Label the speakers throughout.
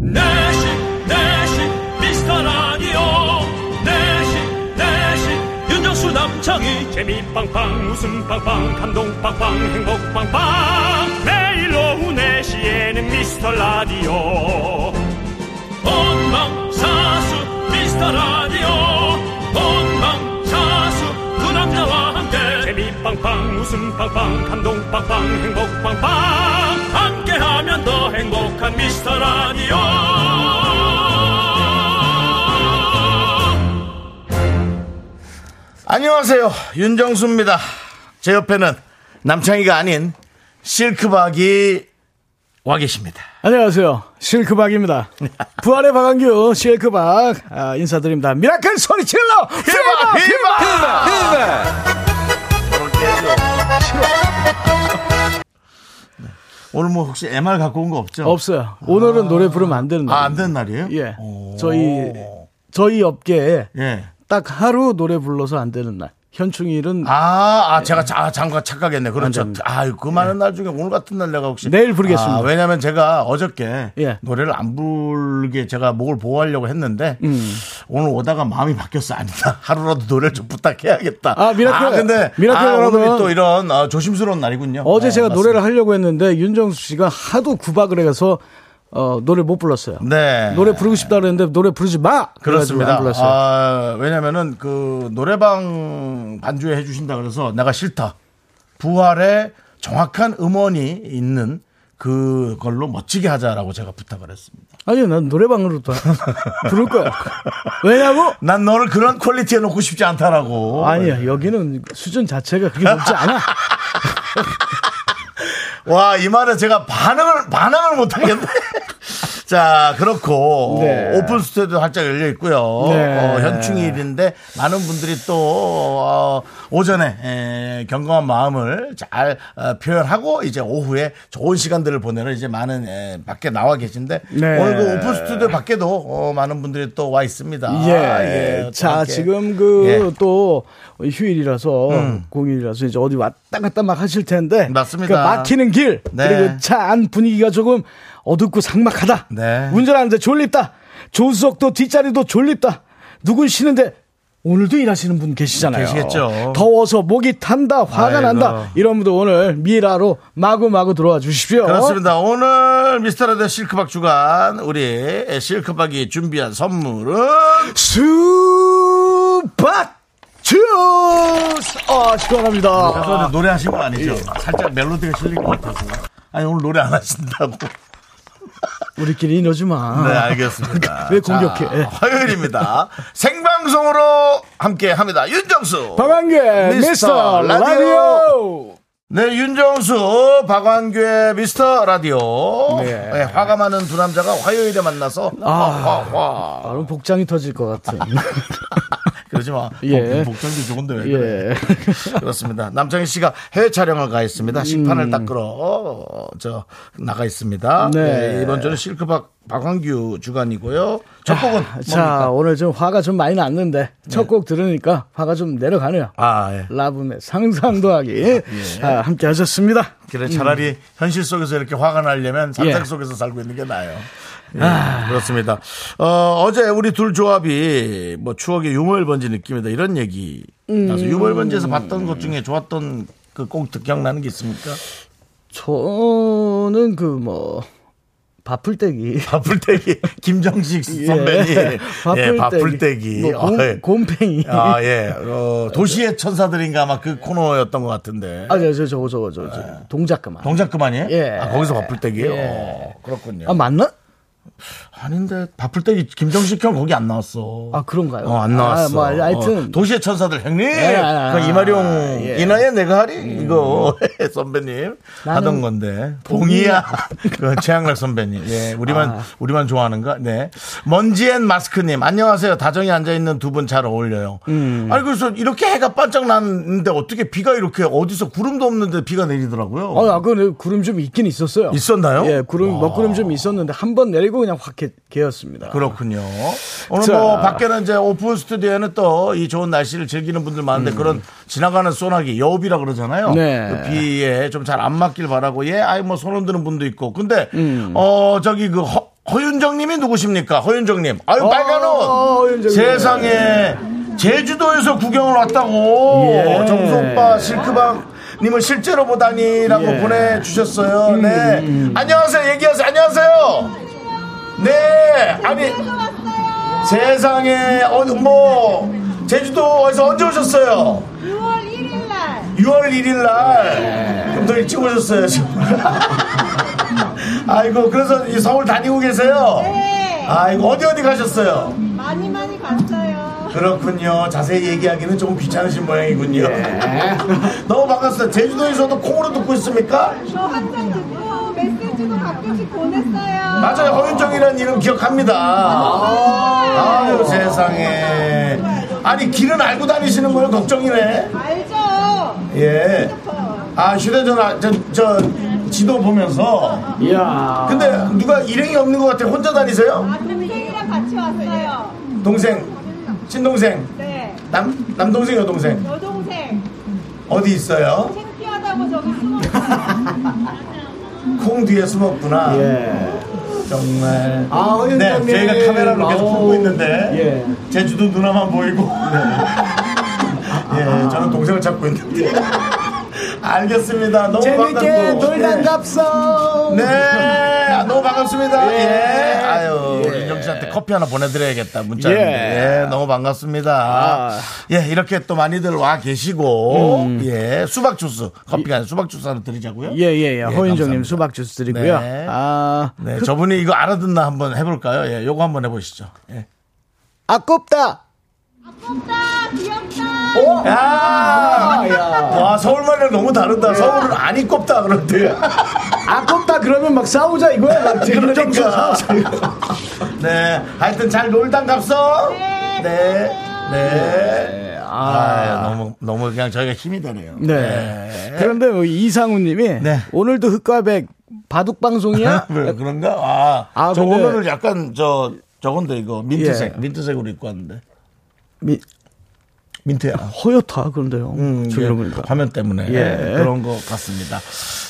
Speaker 1: 내식 내식 미스터 라디오 내식 내식 윤정수 남창희
Speaker 2: 재미 빵빵 웃음 빵빵 감동 빵빵 행복 빵빵 매일 오후 네시에는 미스터 라디오
Speaker 1: 본방사수 미스터 라디오 본방사수 두 남자와 함께
Speaker 2: 재미 빵빵 웃음 빵빵 감동 빵빵 행복 빵빵
Speaker 1: 함께하면 더 행복한 미스터 라디오
Speaker 3: 안녕하세요. 윤정수입니다. 제 옆에는 남창희가 아닌 실크박이 와 계십니다.
Speaker 4: 안녕하세요. 실크박입니다. 부활의 박한규, 실크박. 아, 인사드립니다. 미라클 소리칠러! 아,
Speaker 3: 히바! 히바! 오늘 뭐 혹시 MR 갖고 온 거 없죠?
Speaker 4: 없어요. 오늘은 노래 부르면 안 되는
Speaker 3: 아, 안
Speaker 4: 날입니다.
Speaker 3: 되는 날이에요?
Speaker 4: 예.
Speaker 3: 오.
Speaker 4: 저희, 저희 업계에
Speaker 3: 예.
Speaker 4: 딱 하루 노래 불러서 안 되는 날. 현충일은
Speaker 3: 아, 아
Speaker 4: 예.
Speaker 3: 제가 자, 잠깐 착각했네. 그렇죠.
Speaker 4: 됩니다.
Speaker 3: 아유, 그 많은 날 중에 오늘 같은 날 내가 혹시
Speaker 4: 예. 내일 부르겠습니다.
Speaker 3: 아, 왜냐면 제가 어저께
Speaker 4: 예.
Speaker 3: 노래를 안 부르게 제가 목을 보호하려고 했는데
Speaker 4: 음.
Speaker 3: 오늘 오다가 마음이 바뀌었어. 아니다. 하루라도 노래를 좀 부탁해야겠다.
Speaker 4: 아, 미라클,
Speaker 3: 근데
Speaker 4: 미라클
Speaker 3: 아,
Speaker 4: 여러분.
Speaker 3: 오늘이 또 이런 아, 조심스러운 날이군요.
Speaker 4: 어제
Speaker 3: 네,
Speaker 4: 제가
Speaker 3: 맞습니다.
Speaker 4: 노래를 하려고 했는데 윤정수 씨가 하도 구박을 해서 어, 노래 못 불렀어요.
Speaker 3: 네.
Speaker 4: 노래 부르고 싶다 그랬는데 노래 부르지 마! 그래가지고
Speaker 3: 그렇습니다.
Speaker 4: 안 불렀어요.
Speaker 3: 아, 왜냐면은 그 노래방 반주에 해주신다 그래서 내가 싫다. 부활에 정확한 음원이 있는 그걸로 멋지게 하자라고 제가 부탁을 했습니다.
Speaker 4: 아니, 난 노래방으로 또 부를 거야. 왜냐고?
Speaker 3: 난 너를 그런 퀄리티에 놓고 싶지 않다라고.
Speaker 4: 아니야 여기는 수준 자체가 그게 높지 않아
Speaker 3: 와, 이 말에 제가 반응을, 반항을 못하겠네. 자, 그렇고,
Speaker 4: 네.
Speaker 3: 오픈 스튜디오 활짝 열려 있고요.
Speaker 4: 네.
Speaker 3: 어, 현충일인데, 많은 분들이 또, 어, 오전에, 에, 경건한 마음을 잘 어, 표현하고, 이제 오후에 좋은 시간들을 보내러 이제 많은, 에, 밖에 나와 계신데,
Speaker 4: 네.
Speaker 3: 오늘 그 오픈 스튜디오 밖에도, 어, 많은 분들이 또 와 있습니다.
Speaker 4: 예.
Speaker 3: 예,
Speaker 4: 자
Speaker 3: 함께.
Speaker 4: 지금
Speaker 3: 예. 음.
Speaker 4: 그 또 휴일이라서 공휴일이라서 이제 어디 왔다 갔다 막 하실 텐데
Speaker 3: 맞습니다.
Speaker 4: 그 막히는 길
Speaker 3: 네.
Speaker 4: 그리고 차 안 분위기가 조금 어둡고 삭막하다
Speaker 3: 네.
Speaker 4: 운전하는데 졸립다 조수석도 뒷자리도 졸립다 누군 쉬는데 오늘도 일하시는 분 계시잖아요.
Speaker 3: 계시겠죠.
Speaker 4: 더워서 목이 탄다, 화가
Speaker 3: 아이고.
Speaker 4: 난다. 이런 분들 오늘 미라로 마구마구 들어와 주십시오.
Speaker 3: 그렇습니다. 오늘 미스터라디오 실크박 주간 우리 실크박이 준비한 선물은
Speaker 4: 수박 주스 아 시원합니다
Speaker 3: 죄송한데 노래하신 거 아니죠? 살짝 멜로디가 실린 것 같아서. 아니 오늘 노래 안 하신다고.
Speaker 4: 우리끼리 이러지
Speaker 3: 네
Speaker 4: 마왜
Speaker 3: 알겠습니다.
Speaker 4: 공격해
Speaker 3: 자, 화요일입니다. 생방송으로 함께합니다. 윤정수.
Speaker 4: 박한계
Speaker 3: 미스터
Speaker 4: 미스터
Speaker 3: 라디오.
Speaker 4: 라디오
Speaker 3: 네, 윤정수, 박완규의 미스터 라디오. 네, 아. 화가 많은 두 남자가 화요일에 만나서 화화화.
Speaker 4: 바로 아, 복장이 터질 것 같은
Speaker 3: 그러지 마.
Speaker 4: 예.
Speaker 3: 복- 복장도 좋은데 왜 그래?
Speaker 4: 예
Speaker 3: 그렇습니다. 남창희 씨가 해외 촬영을 가 있습니다.
Speaker 4: 음.
Speaker 3: 식판을 닦으러 어, 저 나가 있습니다.
Speaker 4: 네.
Speaker 3: 네, 이번 주는 실크박 박광규 주간이고요. 첫 곡은
Speaker 4: 아, 자
Speaker 3: 뭡니까? 네.
Speaker 4: 오늘 좀 화가 좀 많이 났는데 첫 곡 들으니까 화가 좀 내려가네요
Speaker 3: 아, 예.
Speaker 4: 라붐의 상상도 하기 아, 함께 하셨습니다
Speaker 3: 그래 차라리 현실 속에서 이렇게 화가 나려면 상상
Speaker 4: 음. 예.
Speaker 3: 속에서 살고 있는 게 나아요. 예, 그렇습니다. 어, 어제 우리 둘 조합이 뭐 추억의 유물번지 느낌이다 이런 얘기.
Speaker 4: 음.
Speaker 3: 나서 유물번지에서 봤던 것 중에 좋았던 그 꼭 기억나는 게 있습니까?
Speaker 4: 저는 그 뭐 바풀떼기
Speaker 3: 바풀떼기 김정식 선배님 예, 바풀떼기 아, 예.
Speaker 4: 뭐 곰, 곰팽이.
Speaker 3: 아, 예. 어, 도시의 천사들인가 아마 그 코너였던 것 같은데.
Speaker 4: 아, 저, 저, 저, 저, 저, 저 동작 그만.
Speaker 3: 네. 동작 그만이에요?
Speaker 4: 예.
Speaker 3: 아, 거기서 바풀떼기예요.
Speaker 4: 예.
Speaker 3: 어, 그렇군요.
Speaker 4: 아, 맞나?
Speaker 3: 아, 닌데 바풀떼기 김정식 형 거기 안 나왔어.
Speaker 4: 아, 그런가요?
Speaker 3: 어, 안 나왔어.
Speaker 4: 아, 뭐, 하여튼.
Speaker 3: 어, 도시의 천사들 형님.
Speaker 4: 예, 아,
Speaker 3: 그 이마룡
Speaker 4: 예.
Speaker 3: 이나의 내가 하리 이거 선배님
Speaker 4: 나는
Speaker 3: 하던 건데. 봉이야. 그 최양락 선배님. 예, 우리만
Speaker 4: 아.
Speaker 3: 우리만 좋아하는가? 네. 먼지앤 마스크님 안녕하세요. 다정히 앉아 있는 두 분 잘 어울려요.
Speaker 4: 음.
Speaker 3: 아니 그래서 이렇게 해가 반짝 났는데 어떻게 비가 이렇게 어디서 구름도 없는데 비가 내리더라고요.
Speaker 4: 어, 아, 그 구름 좀 있긴 있었어요.
Speaker 3: 있었나요?
Speaker 4: 예, 구름,
Speaker 3: 와.
Speaker 4: 먹구름 좀 있었는데 한 번 내리고 그냥 확 개, 개었습니다.
Speaker 3: 그렇군요. 오늘
Speaker 4: 자.
Speaker 3: 뭐 밖에는 이제 오픈 스튜디오에는 또 이 좋은 날씨를 즐기는 분들 많은데 그런 지나가는 소나기 여우비라 그러잖아요.
Speaker 4: 음. 네.
Speaker 3: 그
Speaker 4: 음.
Speaker 3: 비에 좀 잘 안 맞길 바라고 예, 아이 뭐 손흔드는 분도 있고 근데 어 저기 그 허, 허윤정님이 누구십니까? 허윤정님. 아유
Speaker 4: 어,
Speaker 3: 빨간
Speaker 4: 어,
Speaker 3: 옷.
Speaker 4: 허윤정님.
Speaker 3: 세상에 예. 제주도에서 구경을 왔다고
Speaker 4: 예.
Speaker 3: 정수 오빠 실크박. 님을 실제로 보다니라고
Speaker 4: 예. 음,
Speaker 3: 보내주셨어요. 네. 안녕하세요. 얘기하세요. 안녕하세요. 네. 아니. 세상에. 어, 뭐. 제주도에서 언제 오셨어요?
Speaker 5: 6월 1일 날
Speaker 3: 6월 1일 날,
Speaker 4: 예.
Speaker 3: 좀 더 일찍 오셨어요, 지금. 아이고, 그래서 이 서울 다니고 계세요?
Speaker 5: 네.
Speaker 3: 아이고, 어디 어디 가셨어요?
Speaker 5: 많이 많이 갔어요.
Speaker 3: 그렇군요. 자세히 얘기하기는 조금 귀찮으신 모양이군요. 너무 반갑습니다. 제주도에서도 콩으로 듣고 있습니까?
Speaker 5: 저 한장 듣고 메시지도 가끔씩 보냈어요.
Speaker 3: 맞아요. 허윤정이라는 이름 기억합니다.
Speaker 5: 네.
Speaker 3: 아유, 세상에. 아니, 길은 알고 다니시는 거예요? 걱정이네.
Speaker 5: 알죠?
Speaker 3: 예. 아, 휴대전화, 저, 저, 지도 보면서
Speaker 4: 이야.
Speaker 3: 근데 누가 일행이 없는 것 같아요. 혼자 다니세요?
Speaker 5: 아들이랑 같이 왔어요.
Speaker 3: 동생, 친동생,
Speaker 5: 네.
Speaker 3: 남 남동생 여동생
Speaker 5: 여동생
Speaker 3: 어디 있어요?
Speaker 5: 창피하다고 저기 숨었어요.
Speaker 3: 콩 뒤에 숨었구나.
Speaker 4: 예.
Speaker 3: 정말.
Speaker 4: 아, 허윤정님.
Speaker 3: 네, 저희가 카메라로 계속
Speaker 4: 아우.
Speaker 3: 보고 있는데
Speaker 4: 예.
Speaker 3: 제주도 누나만 보이고.
Speaker 4: 네.
Speaker 3: 예, 저는 동생을 찾고 있는데. 알겠습니다. 너무
Speaker 4: 재밌게
Speaker 3: 반갑고.
Speaker 4: 놀다
Speaker 3: 예.
Speaker 4: 갑성.
Speaker 3: 네, 아, 너무 반갑습니다.
Speaker 4: 예.
Speaker 3: 예. 아유,
Speaker 4: 예.
Speaker 3: 우리 윤정 씨한테 커피 하나 보내드려야겠다, 문자인데.
Speaker 4: 예.
Speaker 3: 예, 너무 반갑습니다.
Speaker 4: 아.
Speaker 3: 예, 이렇게 또 많이들 와 계시고, 예, 수박 주스, 커피가 아니라 수박 주스 하나 드리자고요.
Speaker 4: 음. 예, 예, 예.
Speaker 3: 감사합니다.
Speaker 4: 허윤정님 수박 주스 드리고요.
Speaker 3: 네.
Speaker 4: 아,
Speaker 3: 네, 저분이 이거 알아듣나 한번 해볼까요? 예, 요거 한번 해보시죠. 예.
Speaker 4: 아깝다.
Speaker 5: 귀엽다 귀엽다.
Speaker 3: 야! 와, 서울말이랑 너무 다르다. 서울은 안이 꼽다, 그런데.
Speaker 4: 아깝다 그러면 막 싸우자 이거야. 막 김정수
Speaker 3: 그러니까.
Speaker 4: 그렇죠. 싸우자.
Speaker 3: 네, 하여튼 잘 놀단 갑서.
Speaker 5: 네,
Speaker 3: 네. 네. 아,
Speaker 4: 아.
Speaker 3: 너무, 너무 그냥 저희가 힘이 되네요.
Speaker 4: 네. 그런데 뭐 이상우님이
Speaker 3: 네.
Speaker 4: 오늘도 흑과백 바둑 방송이야?
Speaker 3: 왜 그런가? 아,
Speaker 4: 아,
Speaker 3: 저
Speaker 4: 근데-
Speaker 3: 오늘은 약간 저, 저건데 이거 민트색,
Speaker 4: 예.
Speaker 3: 민트색으로 입고 왔는데.
Speaker 4: 미-
Speaker 3: 민트야.
Speaker 4: 허옇다 그런데요.
Speaker 3: 음,
Speaker 4: 저기
Speaker 3: 예,
Speaker 4: 보니까.
Speaker 3: 화면 때문에
Speaker 4: 예.
Speaker 3: 그런 것 같습니다.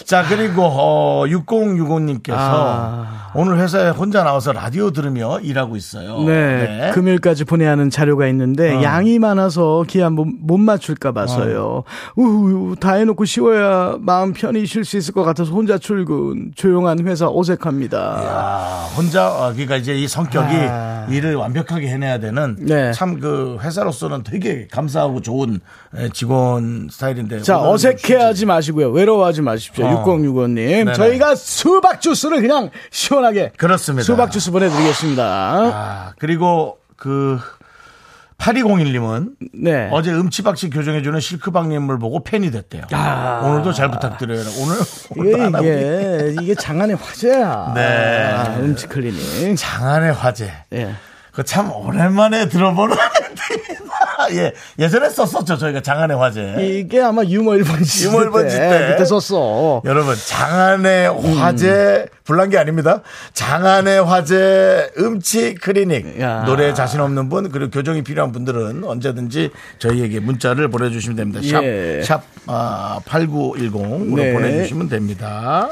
Speaker 3: 자 그리고 어, 6065님께서
Speaker 4: 아.
Speaker 3: 오늘 회사에 혼자 나와서 라디오 들으며 일하고 있어요. 어.
Speaker 4: 네, 금요일까지 보내야 하는 자료가 있는데 양이 많아서 기한 못, 못 맞출까
Speaker 3: 어.
Speaker 4: 봐서요. 우후, 다 해놓고 쉬어야 마음 편히 쉴 수 있을 것 같아서 혼자 출근. 조용한 회사 어색합니다.
Speaker 3: 아, 혼자 어, 그러니까 이제 이 성격이
Speaker 4: 아.
Speaker 3: 일을 완벽하게 해내야 되는
Speaker 4: 네.
Speaker 3: 참 그 회사로서는 되게 감사하고 좋은 에, 직원 스타일인데
Speaker 4: 자,
Speaker 3: 오늘은
Speaker 4: 어색해하지 마시고요. 외로워하지 마십시오.
Speaker 3: 어.
Speaker 4: 6065님.
Speaker 3: 네네.
Speaker 4: 저희가 수박 주스를 그냥 시원하게.
Speaker 3: 그렇습니다.
Speaker 4: 수박 주스 보내드리겠습니다.
Speaker 3: 아, 그리고 그 8201님은
Speaker 4: 네.
Speaker 3: 어제 음치박치 교정해주는 실크박님을 보고 팬이 됐대요. 오늘도 잘 부탁드려요. 오늘 오늘도
Speaker 4: 이게,
Speaker 3: 안 하고
Speaker 4: 이게, 이게 장안의 화제야.
Speaker 3: 네.
Speaker 4: 아, 음치 클리닝.
Speaker 3: 장안의 화제.
Speaker 4: 예.
Speaker 3: 그 참 오랜만에 들어보는 팀이다. 예, 예전에 썼었죠 저희가 장안의 화제.
Speaker 4: 이게 아마 유머 1번지.
Speaker 3: 유머 일본지 때.
Speaker 4: 그때 썼어.
Speaker 3: 여러분 장안의 화제
Speaker 4: 음.
Speaker 3: 불난 게 아닙니다. 장안의 화제 음치 클리닉
Speaker 4: 야.
Speaker 3: 노래 자신 없는 분 그리고 교정이 필요한 분들은 언제든지 저희에게 문자를 보내주시면 됩니다.
Speaker 4: 예.
Speaker 3: 샵, 샵 아, 8910으로
Speaker 4: 네.
Speaker 3: 보내주시면 됩니다.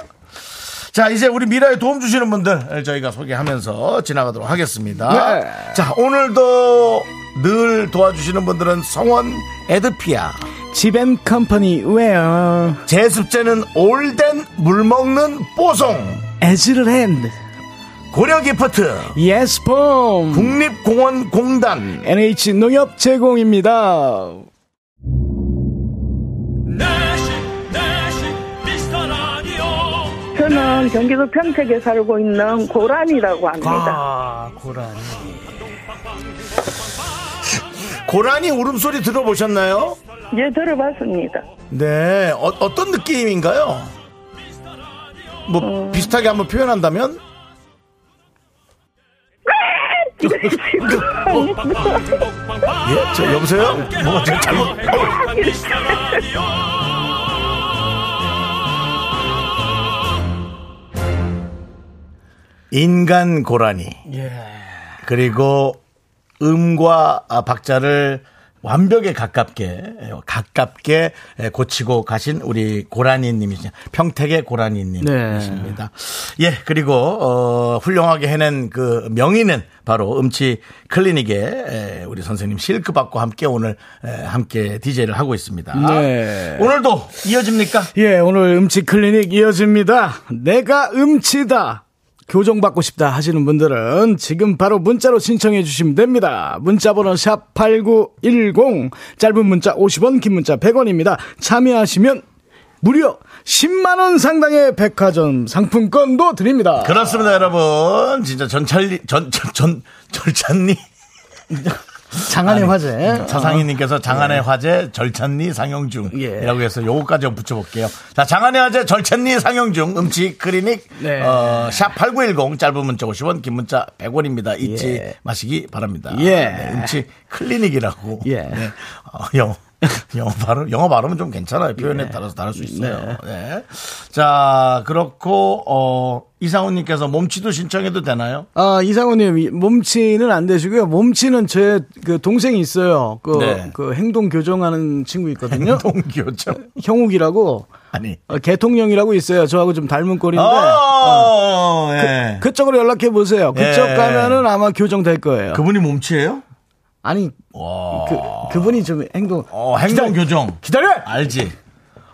Speaker 3: 자 이제 우리 미라에 도움 주시는 분들 저희가 소개하면서 지나가도록 하겠습니다.
Speaker 4: 네.
Speaker 3: 자 오늘도 늘 도와주시는 분들은 성원 에드피아.
Speaker 4: 지벤 컴퍼니 웨어
Speaker 3: 제습제는 올덴 물 먹는 뽀송
Speaker 4: 에즈랜드
Speaker 3: 고려 기프트
Speaker 4: 예스폼
Speaker 3: 국립공원공단
Speaker 4: NH 농협 제공입니다.
Speaker 1: 내시 내시 미스터
Speaker 3: 뭐,
Speaker 1: 라디오
Speaker 6: 저는 경기도 평택에 살고 있는 고란이라고
Speaker 3: 아.
Speaker 6: 합니다.
Speaker 4: 고라니.
Speaker 3: 고라니 울음소리 들어보셨나요?
Speaker 6: 예, 들어봤습니다.
Speaker 3: 네 어, 떤 느낌인가요? 뭐 비슷하게 한번 표현한다면 어, 예저 여보세요 뭐가 지금 잘못
Speaker 1: 행복한 미스터 라디오
Speaker 3: 인간 고라니 그리고 음과 아, 박자를 완벽에 가깝게 에, 가깝게 에, 고치고 가신 우리 고라니님이시죠. 평택의 고라니님이십니다. 예 그리고 어, 훌륭하게 해낸 그 명인은 바로 음치 클리닉의 에, 우리 선생님 실크박과 함께 오늘 에, 함께 DJ를 하고 있습니다.
Speaker 4: 네.
Speaker 3: 오늘도 이어집니까?
Speaker 4: 예, 오늘 음치 클리닉 이어집니다. 내가 음치다. 교정받고 싶다 하시는 분들은 지금 바로 문자로 신청해 주시면 됩니다. 문자 번호 샵8910 짧은 문자 50원 긴 문자 100원입니다. 참여하시면 무려 10만 원 상당의 백화점 상품권도 드립니다.
Speaker 3: 그렇습니다, 여러분. 진짜 전철리 전전 절찬리
Speaker 4: 장안의 화제. 아.
Speaker 3: 차상희님께서 장안의
Speaker 4: 네.
Speaker 3: 화제 절찬리
Speaker 4: 예.
Speaker 3: 상영중이라고 해서 요거까지 붙여볼게요. 자, 장안의 화제 절찬리 상영중 음치 클리닉
Speaker 4: 네.
Speaker 3: 어, 샵8910 짧은 문자 50원 긴 문자 100원입니다. 잊지 마시기 바랍니다. 네,
Speaker 4: 예.
Speaker 3: 음치 클리닉이라고.
Speaker 4: 예.
Speaker 3: 네. 어, 영어. 영어 발음, 영어 발음은 좀 괜찮아요.
Speaker 4: 네.
Speaker 3: 표현에 따라서 다를 수 있어요. 네. 자, 그렇고, 어, 이상훈님께서 몸치도 신청해도 되나요?
Speaker 4: 아, 이상호님, 몸치는 안 되시고요. 몸치는 제 그 동생이 있어요. 그,
Speaker 3: 네.
Speaker 4: 그 행동 교정하는 친구 있거든요.
Speaker 3: 동교정.
Speaker 4: 형욱이라고
Speaker 3: 아니.
Speaker 4: 어, 개통령이라고 있어요. 저하고 좀 닮은 꼴인데 네.
Speaker 3: 어, 예.
Speaker 4: 그쪽으로 연락해 보세요. 그쪽
Speaker 3: 예.
Speaker 4: 가면은 아마 교정될 거예요.
Speaker 3: 그분이 몸치예요?
Speaker 4: 아니
Speaker 3: 와.
Speaker 4: 그 그분이 좀 행동
Speaker 3: 어, 행동 교정.
Speaker 4: 기다려.
Speaker 3: 알지.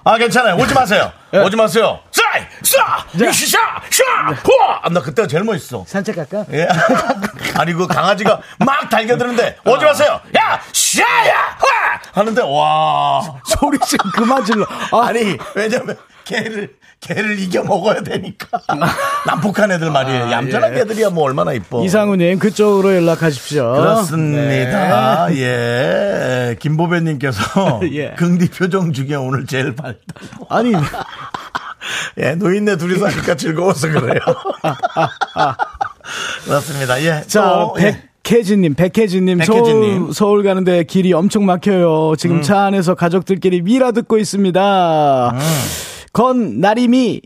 Speaker 3: 아, 괜찮아요. 오지 마세요.
Speaker 4: 예.
Speaker 3: 오지 마세요. 싸이! 싸!
Speaker 4: 네.
Speaker 3: 유시샤! 샤! 호! 아, 나 그때가 제일 멋있어.
Speaker 4: 산책 갈까?
Speaker 3: 예. 아니, 그 강아지가 막 달겨드는데, 오지
Speaker 4: 아.
Speaker 3: 마세요! 야! 샤야! 화! 하는데, 와.
Speaker 4: 소리 좀 그만 질러. 아,
Speaker 3: 아니, 왜냐면, 개를, 개를 이겨 먹어야 되니까. 남북한 애들 말이에요. 얌전한
Speaker 4: 예.
Speaker 3: 애들이야, 뭐, 얼마나 이뻐.
Speaker 4: 이상우님 그쪽으로 연락하십시오.
Speaker 3: 그렇습니다. 예. 김보배님께서
Speaker 4: 네. 예.
Speaker 3: 긍디 표정 중에 오늘 제일 밝다.
Speaker 4: 아니
Speaker 3: 예, 노인네 둘이서 하니까 즐거워서 그래요. 그렇습니다. 예.
Speaker 4: 자,
Speaker 3: 또, 예.
Speaker 4: 백혜진님, 백혜진님,
Speaker 3: 백혜진님. 음.
Speaker 4: 서울, 서울 가는데 길이 엄청 막혀요. 지금 차 안에서 가족들끼리 미라 듣고 있습니다. 건 나림이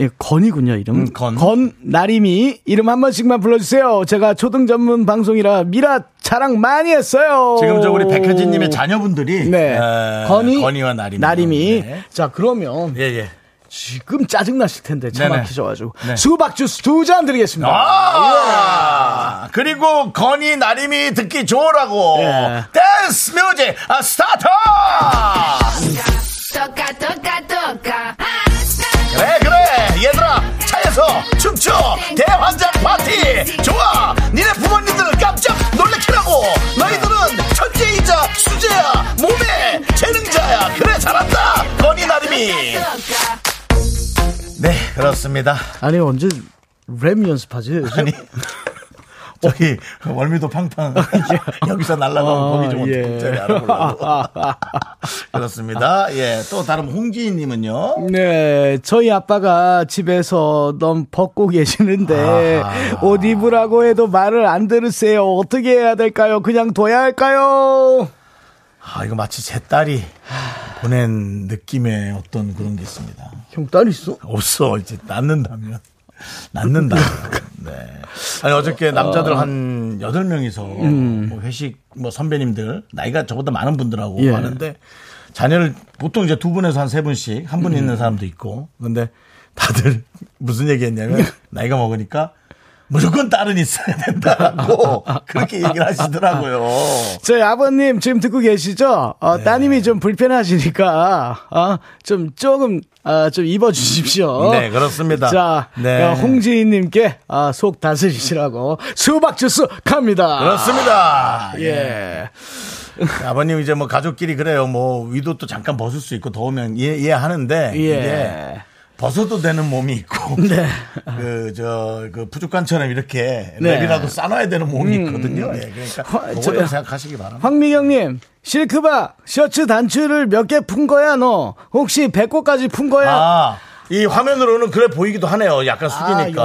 Speaker 4: 예, 건이군요 이름.
Speaker 3: 음, 건.
Speaker 4: 나림이 이름 한 번씩만 불러주세요. 제가 초등 전문 방송이라 미라 자랑 많이 했어요.
Speaker 3: 지금 저 우리 백혜진님의 자녀분들이
Speaker 4: 네,
Speaker 3: 에,
Speaker 4: 건이,
Speaker 3: 건이와 나림이. 네.
Speaker 4: 자 그러면
Speaker 3: 예, 예.
Speaker 4: 지금 짜증 나실 텐데 차
Speaker 3: 네네.
Speaker 4: 막히셔가지고
Speaker 3: 네.
Speaker 4: 수박 주스 두 잔 드리겠습니다.
Speaker 3: 아! 그리고 건이 나림이 듣기 좋으라고
Speaker 4: 예.
Speaker 3: 댄스 뮤직 아, 스타트!
Speaker 7: Toca, toca, toca.
Speaker 3: 네, 그래 그래 얘들아 차에서 춤춰 대환장 파티 좋아 니네 부모님들은 깜짝 놀래키라고 너희들은 천재이자 수재야 몸에 재능자야 그래 잘한다 건이 나름이 네 그렇습니다
Speaker 4: 아니 언제 랩 연습하지? 요즘?
Speaker 3: 아니 저기 월미도 팡팡 여기서 날라가면
Speaker 4: 아,
Speaker 3: 거기 좀 어떻게
Speaker 4: 예.
Speaker 3: 문자를 알아보려고 그렇습니다 예 또 다른 홍지인님은요
Speaker 4: 네, 저희 아빠가 집에서 너무 벗고 계시는데 옷 입으라고 해도 말을 안 들으세요. 어떻게 해야 될까요? 그냥 둬야 할까요?
Speaker 3: 아, 이거 마치 제 딸이 보낸 느낌의 어떤 그런 게 있습니다.
Speaker 4: 형 딸 있어?
Speaker 3: 없어. 이제 낳는다면. 낳는다. 네. 아니, 어저께 남자들 한 여덟 명이서 회식, 뭐 선배님들, 나이가 저보다 많은 분들하고
Speaker 4: 예.
Speaker 3: 하는데 자녀를 보통 이제 두 분에서 한 세 분씩 한 분 있는 사람도 있고. 근데 다들 무슨 얘기 했냐면 나이가 먹으니까 무조건 딸은 있어야 된다라고 그렇게 얘기를 하시더라고요.
Speaker 4: 저희 아버님 지금 듣고 계시죠? 어,
Speaker 3: 네.
Speaker 4: 따님이 좀 불편하시니까 어, 좀 조금 어, 좀 입어주십시오.
Speaker 3: 네, 그렇습니다.
Speaker 4: 자,
Speaker 3: 네.
Speaker 4: 어, 홍지인님께 아, 속 다스리시라고 수박 주스 갑니다.
Speaker 3: 그렇습니다. 예.
Speaker 4: 예.
Speaker 3: 아버님 이제 뭐 가족끼리 그래요. 뭐 위도도 잠깐 벗을 수 있고 더우면 이해, 이해하는데
Speaker 4: 예.
Speaker 3: 이게 벗어도 되는 몸이 있고
Speaker 4: 네.
Speaker 3: 그 저 그 부족한처럼 이렇게
Speaker 4: 네.
Speaker 3: 랩이라도 싸놔야 되는 몸이 있거든요. 예. 그러니까
Speaker 4: 화-
Speaker 3: 그거
Speaker 4: 저-
Speaker 3: 좀 생각하시기 바랍니다.
Speaker 4: 황미경님, 실크바, 셔츠 단추를 몇 개 푼 거야, 너? 혹시 배꼽까지 푼 거야?
Speaker 3: 아, 이 화면으로는 그래 보이기도 하네요. 약간 숙이니까.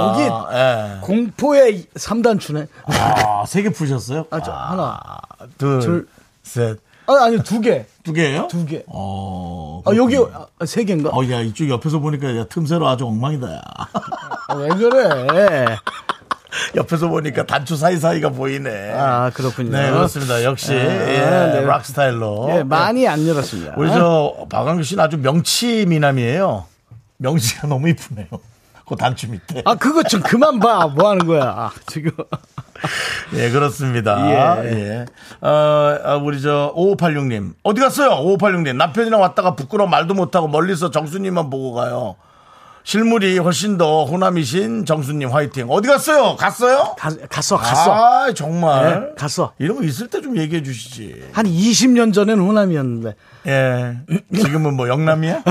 Speaker 3: 예.
Speaker 4: 여기 공포의 3단추네.
Speaker 3: 아, 세 개 푸셨어요?
Speaker 4: 아, 저, 하나.
Speaker 3: 아, 둘,
Speaker 4: 둘.
Speaker 3: 셋.
Speaker 4: 아, 아니, 두 개.
Speaker 3: 두 개예요?
Speaker 4: 두 개.
Speaker 3: 어.
Speaker 4: 아, 여기,
Speaker 3: 그렇군요.
Speaker 4: 아, 세 개인가?
Speaker 3: 어, 야, 이쪽 옆에서 보니까 야, 틈새로 아주 엉망이다, 야.
Speaker 4: 아, 왜 그래?
Speaker 3: 옆에서 보니까 단추 사이사이가 보이네.
Speaker 4: 아, 그렇군요.
Speaker 3: 네, 그렇습니다. 역시,
Speaker 4: 아,
Speaker 3: 예,
Speaker 4: 네.
Speaker 3: 락스타일로.
Speaker 4: 예, 많이 안 열었습니다.
Speaker 3: 우리 저, 박광규 씨는 아주 명치 미남이에요. 명치가 너무 이쁘네요. 그 단추 밑에.
Speaker 4: 아, 그거 좀 그만 봐. 뭐 하는 거야. 아, 지금.
Speaker 3: 예, 그렇습니다. 예. 어, 아, 우리 저, 5586님. 어디 갔어요? 5586님. 남편이랑 왔다가 부끄러워 말도 못하고 멀리서 정수님만 보고 가요. 실물이 훨씬 더 호남이신 정수님 화이팅. 어디 갔어요? 갔어요?
Speaker 4: 가, 갔어, 갔어.
Speaker 3: 아, 정말.
Speaker 4: 네, 갔어.
Speaker 3: 이런 거 있을 때 좀 얘기해 주시지.
Speaker 4: 한 20년 전엔 호남이었는데.
Speaker 3: 예. 지금은 뭐 영남이야?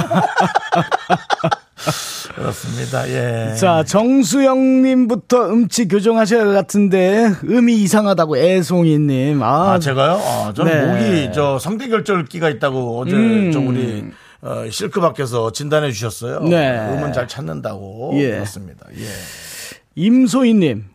Speaker 3: 그렇습니다. 예.
Speaker 4: 자, 정수영님부터 음치 교정하셔야 할 것 같은데, 음이 이상하다고 애송이님. 아,
Speaker 3: 아, 제가요? 아, 저는
Speaker 4: 네. 음.
Speaker 3: 목이 저 성대결절기가 있다고 어제 저 우리 어, 실크 밖에서 진단해 주셨어요.
Speaker 4: 네.
Speaker 3: 음은 잘 찾는다고
Speaker 4: 예.
Speaker 3: 그렇습니다. 예.
Speaker 4: 임소희님.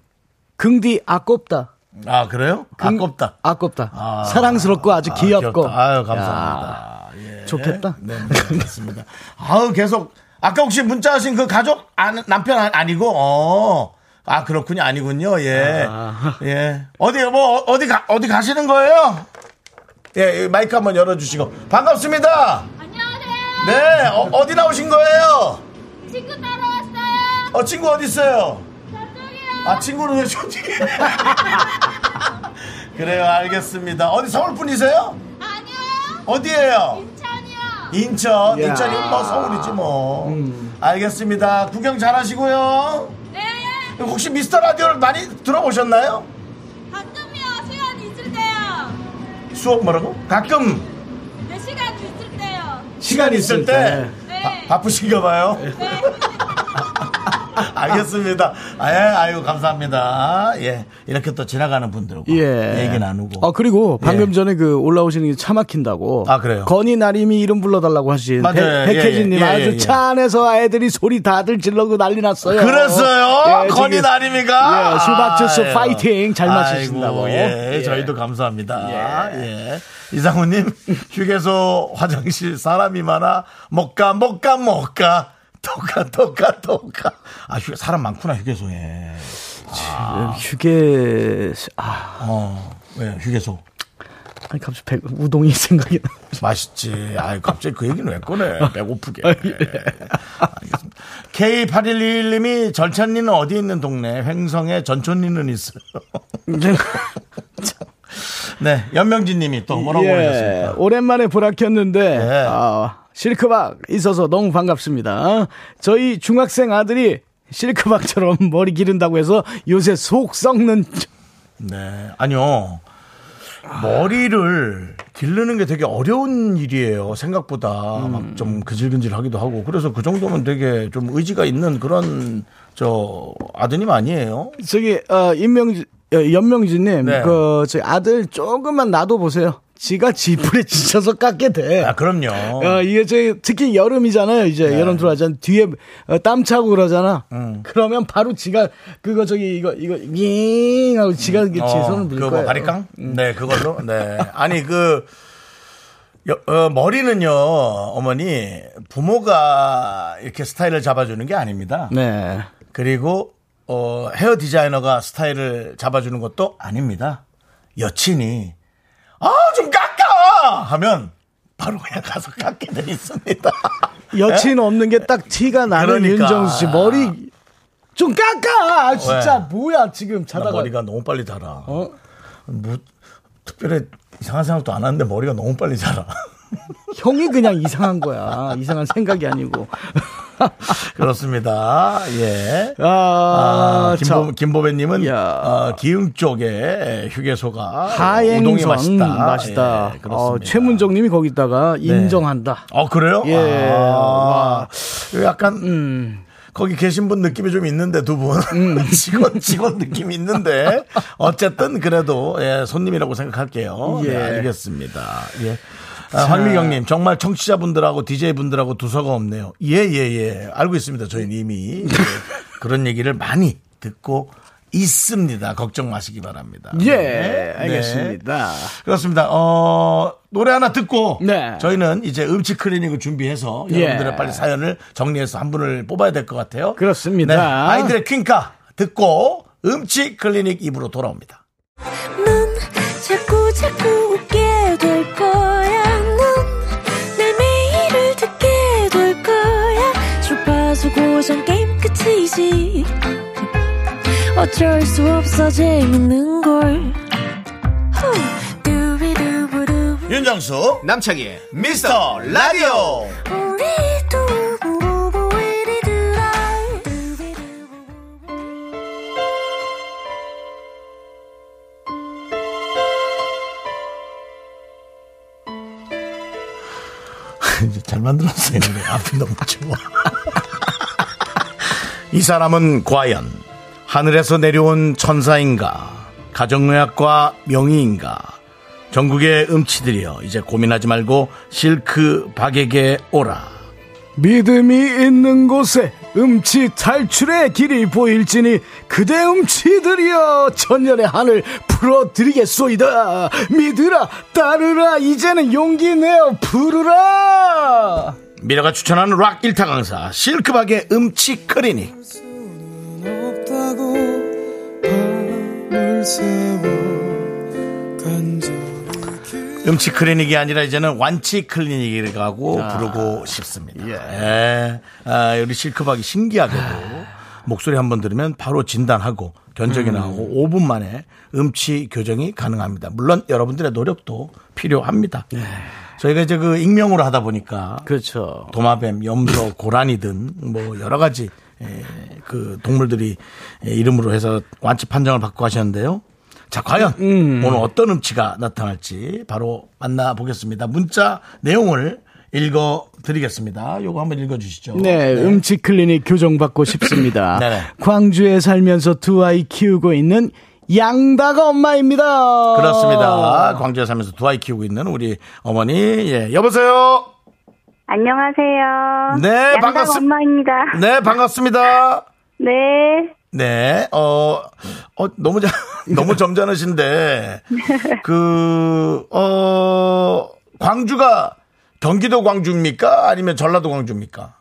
Speaker 4: 긍디 아깝다.
Speaker 3: 아 그래요?
Speaker 4: 긍-
Speaker 3: 아깝다.
Speaker 4: 아깝다.
Speaker 3: 아,
Speaker 4: 사랑스럽고 아주
Speaker 3: 아,
Speaker 4: 귀엽고.
Speaker 3: 귀엽다. 아유 감사합니다. 예.
Speaker 4: 좋겠다.
Speaker 3: 네, 네 맞습니다. 아우 계속 아까 혹시 문자하신 그 가족 아는- 남편 아- 아니고 어. 아 그렇군요 아니군요 예예 어디 뭐 어- 어디 가 어디 가시는 거예요 예, 이 마이크 한번 열어주시고 반갑습니다
Speaker 8: 안녕하세요.
Speaker 3: 네 어, 디 나오신 거예요
Speaker 8: 친구 따러 왔어요.
Speaker 3: 어 친구 어디 있어요
Speaker 8: 저쪽이요.
Speaker 3: 아 친구는 왜 저기 그래요 알겠습니다 어디 서울 분이세요
Speaker 8: 아니요.
Speaker 3: 어디예요
Speaker 8: 인천이요.
Speaker 3: 인천, 인천이 뭐 서울이지 뭐. 알겠습니다. 구경 잘 하시고요.
Speaker 8: 네.
Speaker 3: 혹시 미스터 라디오를 많이 들어보셨나요?
Speaker 8: 가끔이요. 시간 있을 때요.
Speaker 3: 수업 뭐라고? 가끔
Speaker 8: 네, 시간 있을 때요.
Speaker 3: 시간 있을 때
Speaker 8: 네.
Speaker 3: 바, 쁘신가 봐요.
Speaker 8: 네.
Speaker 3: 알겠습니다. 아, 예, 아유, 감사합니다. 예. 이렇게 또 지나가는 분들과
Speaker 4: 예.
Speaker 3: 얘기 나누고.
Speaker 4: 아, 그리고 방금
Speaker 3: 예.
Speaker 4: 전에 그 올라오시는 게 차 막힌다고.
Speaker 3: 아, 그래요?
Speaker 4: 건이 나림이 이름 불러달라고 하신
Speaker 3: 맞아요.
Speaker 4: 백, 혜진님
Speaker 3: 예, 예. 예,
Speaker 4: 아주
Speaker 3: 예.
Speaker 4: 차 안에서 아이들이 소리 다들 질러고 난리 났어요.
Speaker 3: 그랬어요?
Speaker 4: 예,
Speaker 3: 건이
Speaker 4: 저기-
Speaker 3: 나림이가?
Speaker 4: 예, 수박주스
Speaker 3: 아유.
Speaker 4: 파이팅 잘 마시신다고.
Speaker 3: 아이고, 예, 저희도 감사합니다. 예. 이상우님, 휴게소 화장실 사람이 많아. 못 가, 못 가, 못 가. 토가, 토가, 토가. 아, 휴, 사람 많구나, 휴게소에.
Speaker 4: 아, 휴게 아
Speaker 3: 어, 왜, 휴게소.
Speaker 4: 아니, 갑자기 백- 우동이 생각이 나.
Speaker 3: 맛있지. 아이, 갑자기 그 얘기는 왜
Speaker 4: 아,
Speaker 3: 꺼내?
Speaker 4: 네.
Speaker 3: 배고프게. 예. 알겠습니다. K8121님이 절찬리는 어디 있는 동네? 횡성에 전촌리는 있어요. 네, 연명진님이 또 뭐라고
Speaker 4: 예,
Speaker 3: 보내셨습니까?
Speaker 4: 오랜만에 보라켰는데
Speaker 3: 예.
Speaker 4: 아, 실크박 있어서 너무 반갑습니다. 저희 중학생 아들이 실크박처럼 머리 기른다고 해서 요새 속 썩는
Speaker 3: 네, 아니요. 머리를 기르는 게 되게 어려운 일이에요. 생각보다 막
Speaker 4: 음.
Speaker 3: 좀 그질근질하기도 하고 그래서 그 정도면 되게 좀 의지가 있는 그런 저 아드님 아니에요?
Speaker 4: 저기 어, 임명지 어, 연명진님
Speaker 3: 네.
Speaker 4: 그 저희 아들 조금만 놔둬 보세요. 지가 지푸에 지쳐서 깎게 돼.
Speaker 3: 아 그럼요. 네.
Speaker 4: 어, 이게 저 특히 여름이잖아요. 이제 여름 들어가잖아. 뒤에 어, 땀 차고 그러잖아.
Speaker 3: 음.
Speaker 4: 그러면 바로 지가 그거 저기 이거 이거 윙 하고 지가 이렇게 지 손을 물릴
Speaker 3: 어, 그거 뭐
Speaker 4: 거예요. 음.
Speaker 3: 바리깡? 네, 그걸로. 네. 아니 그 여- 어, 머리는요, 어머니 부모가 이렇게 스타일을 잡아주는 게 아닙니다.
Speaker 4: 네.
Speaker 3: 그리고 어, 헤어 디자이너가 스타일을 잡아주는 것도 아닙니다. 여친이 아 좀 깎아 하면 바로 그냥 가서 깎게 돼 있습니다.
Speaker 4: 네. 여친 없는 게 딱 티가 나는
Speaker 3: 그러니까.
Speaker 4: 윤정수 씨 머리 좀 깎아. 아, 진짜
Speaker 3: 왜?
Speaker 4: 뭐야 지금
Speaker 3: 나
Speaker 4: 자다가
Speaker 3: 머리가 너무 빨리 자라.
Speaker 4: 어?
Speaker 3: 뭐 특별히 이상한 생각도 안 하는데 머리가 너무 빨리 자라.
Speaker 4: 형이 그냥 이상한 거야. 이상한 생각이 아니고.
Speaker 3: 그렇습니다. 예.
Speaker 4: 아,
Speaker 3: 아,
Speaker 4: 참.
Speaker 3: 김보, 김보배님은
Speaker 4: 야.
Speaker 3: 어, 기흥 쪽에 휴게소가
Speaker 4: 하행선
Speaker 3: 우동이 아, 맛있다.
Speaker 4: 음, 맛있다.
Speaker 3: 예,
Speaker 4: 어,
Speaker 3: 그렇습니다. 네.
Speaker 4: 최문정님이 거기다가 인정한다.
Speaker 3: 어 그래요?
Speaker 4: 예. 음.
Speaker 3: 아, 약간 거기 계신 분 느낌이 좀 있는데 두 분 직원 직원 느낌이 있는데 어쨌든 그래도 예, 손님이라고 생각할게요. 네,
Speaker 4: 예.
Speaker 3: 알겠습니다. 예. 아, 황미경님 정말 청취자분들하고 DJ 분들하고 두서가 없네요. 예예예 알고 있습니다. 저희는 이미 예, 그런 얘기를 많이 듣고 있습니다. 걱정 마시기 바랍니다.
Speaker 4: 예,
Speaker 3: 네.
Speaker 4: 알겠습니다.
Speaker 3: 그렇습니다. 어, 노래 하나 듣고
Speaker 4: 네.
Speaker 3: 저희는 이제 음치 클리닉을 준비해서
Speaker 4: 예.
Speaker 3: 여러분들의 빨리 사연을 정리해서 한 분을 뽑아야 될 것 같아요.
Speaker 4: 그렇습니다.
Speaker 3: 아이들의 퀸카 듣고 음치 클리닉 입으로 돌아옵니다.
Speaker 9: 넌 자꾸 자꾸 웃게 될 거야. 넌내 매일을 듣게 될 거야. 주파수 고정 게임 끝이지. 어쩔 수 없어 재밌는 걸. 후. 두비두부두.
Speaker 3: 윤정수
Speaker 10: 남창희의
Speaker 3: 미스터 라디오
Speaker 9: 우리 두부부부 우리 두라. 두비두부부부.
Speaker 3: 잘 만들었어요. 노래. 네, 앞이 너무 좋아. 이 사람은 과연 하늘에서 내려온 천사인가, 가정의학과 명의인가, 전국의 음치들이여 이제 고민하지 말고 실크 박에게 오라.
Speaker 4: 믿음이 있는 곳에 음치 탈출의 길이 보일지니 그대 음치들이여 천년의 한을 풀어드리겠소이다 믿으라 따르라 이제는 용기 내어 부르라
Speaker 3: 미라가 추천하는 락 1타 강사 실크 박의 음치 클리닉. 음치 클리닉이 아니라 이제는 완치 클리닉이라고
Speaker 4: 아,
Speaker 3: 부르고 싶습니다. 예. 아, 우리 실크박이 신기하게도
Speaker 4: 아.
Speaker 3: 목소리 한번 들으면 바로 진단하고 견적이
Speaker 4: 음.
Speaker 3: 나오고 5분 만에 음치 교정이 가능합니다. 물론 여러분들의 노력도 필요합니다. 저희가 이제 그 익명으로 하다 보니까
Speaker 4: 예. 그렇죠
Speaker 3: 도마뱀, 염소, 고라니 등 뭐 여러 가지 에, 그 동물들이 에, 이름으로 해서 완치 판정을 받고 하셨는데요. 자, 과연
Speaker 4: 음,
Speaker 3: 오늘 어떤 음치가 나타날지 바로 만나보겠습니다. 문자 내용을 읽어드리겠습니다. 요거 한번 읽어주시죠.
Speaker 4: 네, 음치 클리닉 교정받고 싶습니다.
Speaker 3: 네네.
Speaker 4: 광주에 살면서 두 아이 키우고 있는 양다가 엄마입니다.
Speaker 3: 그렇습니다. 광주에 살면서 두 아이 키우고 있는 우리 어머니, 예, 여보세요.
Speaker 6: 안녕하세요.
Speaker 3: 네,
Speaker 6: 양당
Speaker 3: 반갑습-
Speaker 6: 엄마입니다.
Speaker 3: 네, 반갑습니다.
Speaker 6: 네.
Speaker 3: 네, 어, 어, 너무, 자- 너무 점잖으신데, 그, 어, 광주가 경기도 광주입니까? 아니면 전라도 광주입니까?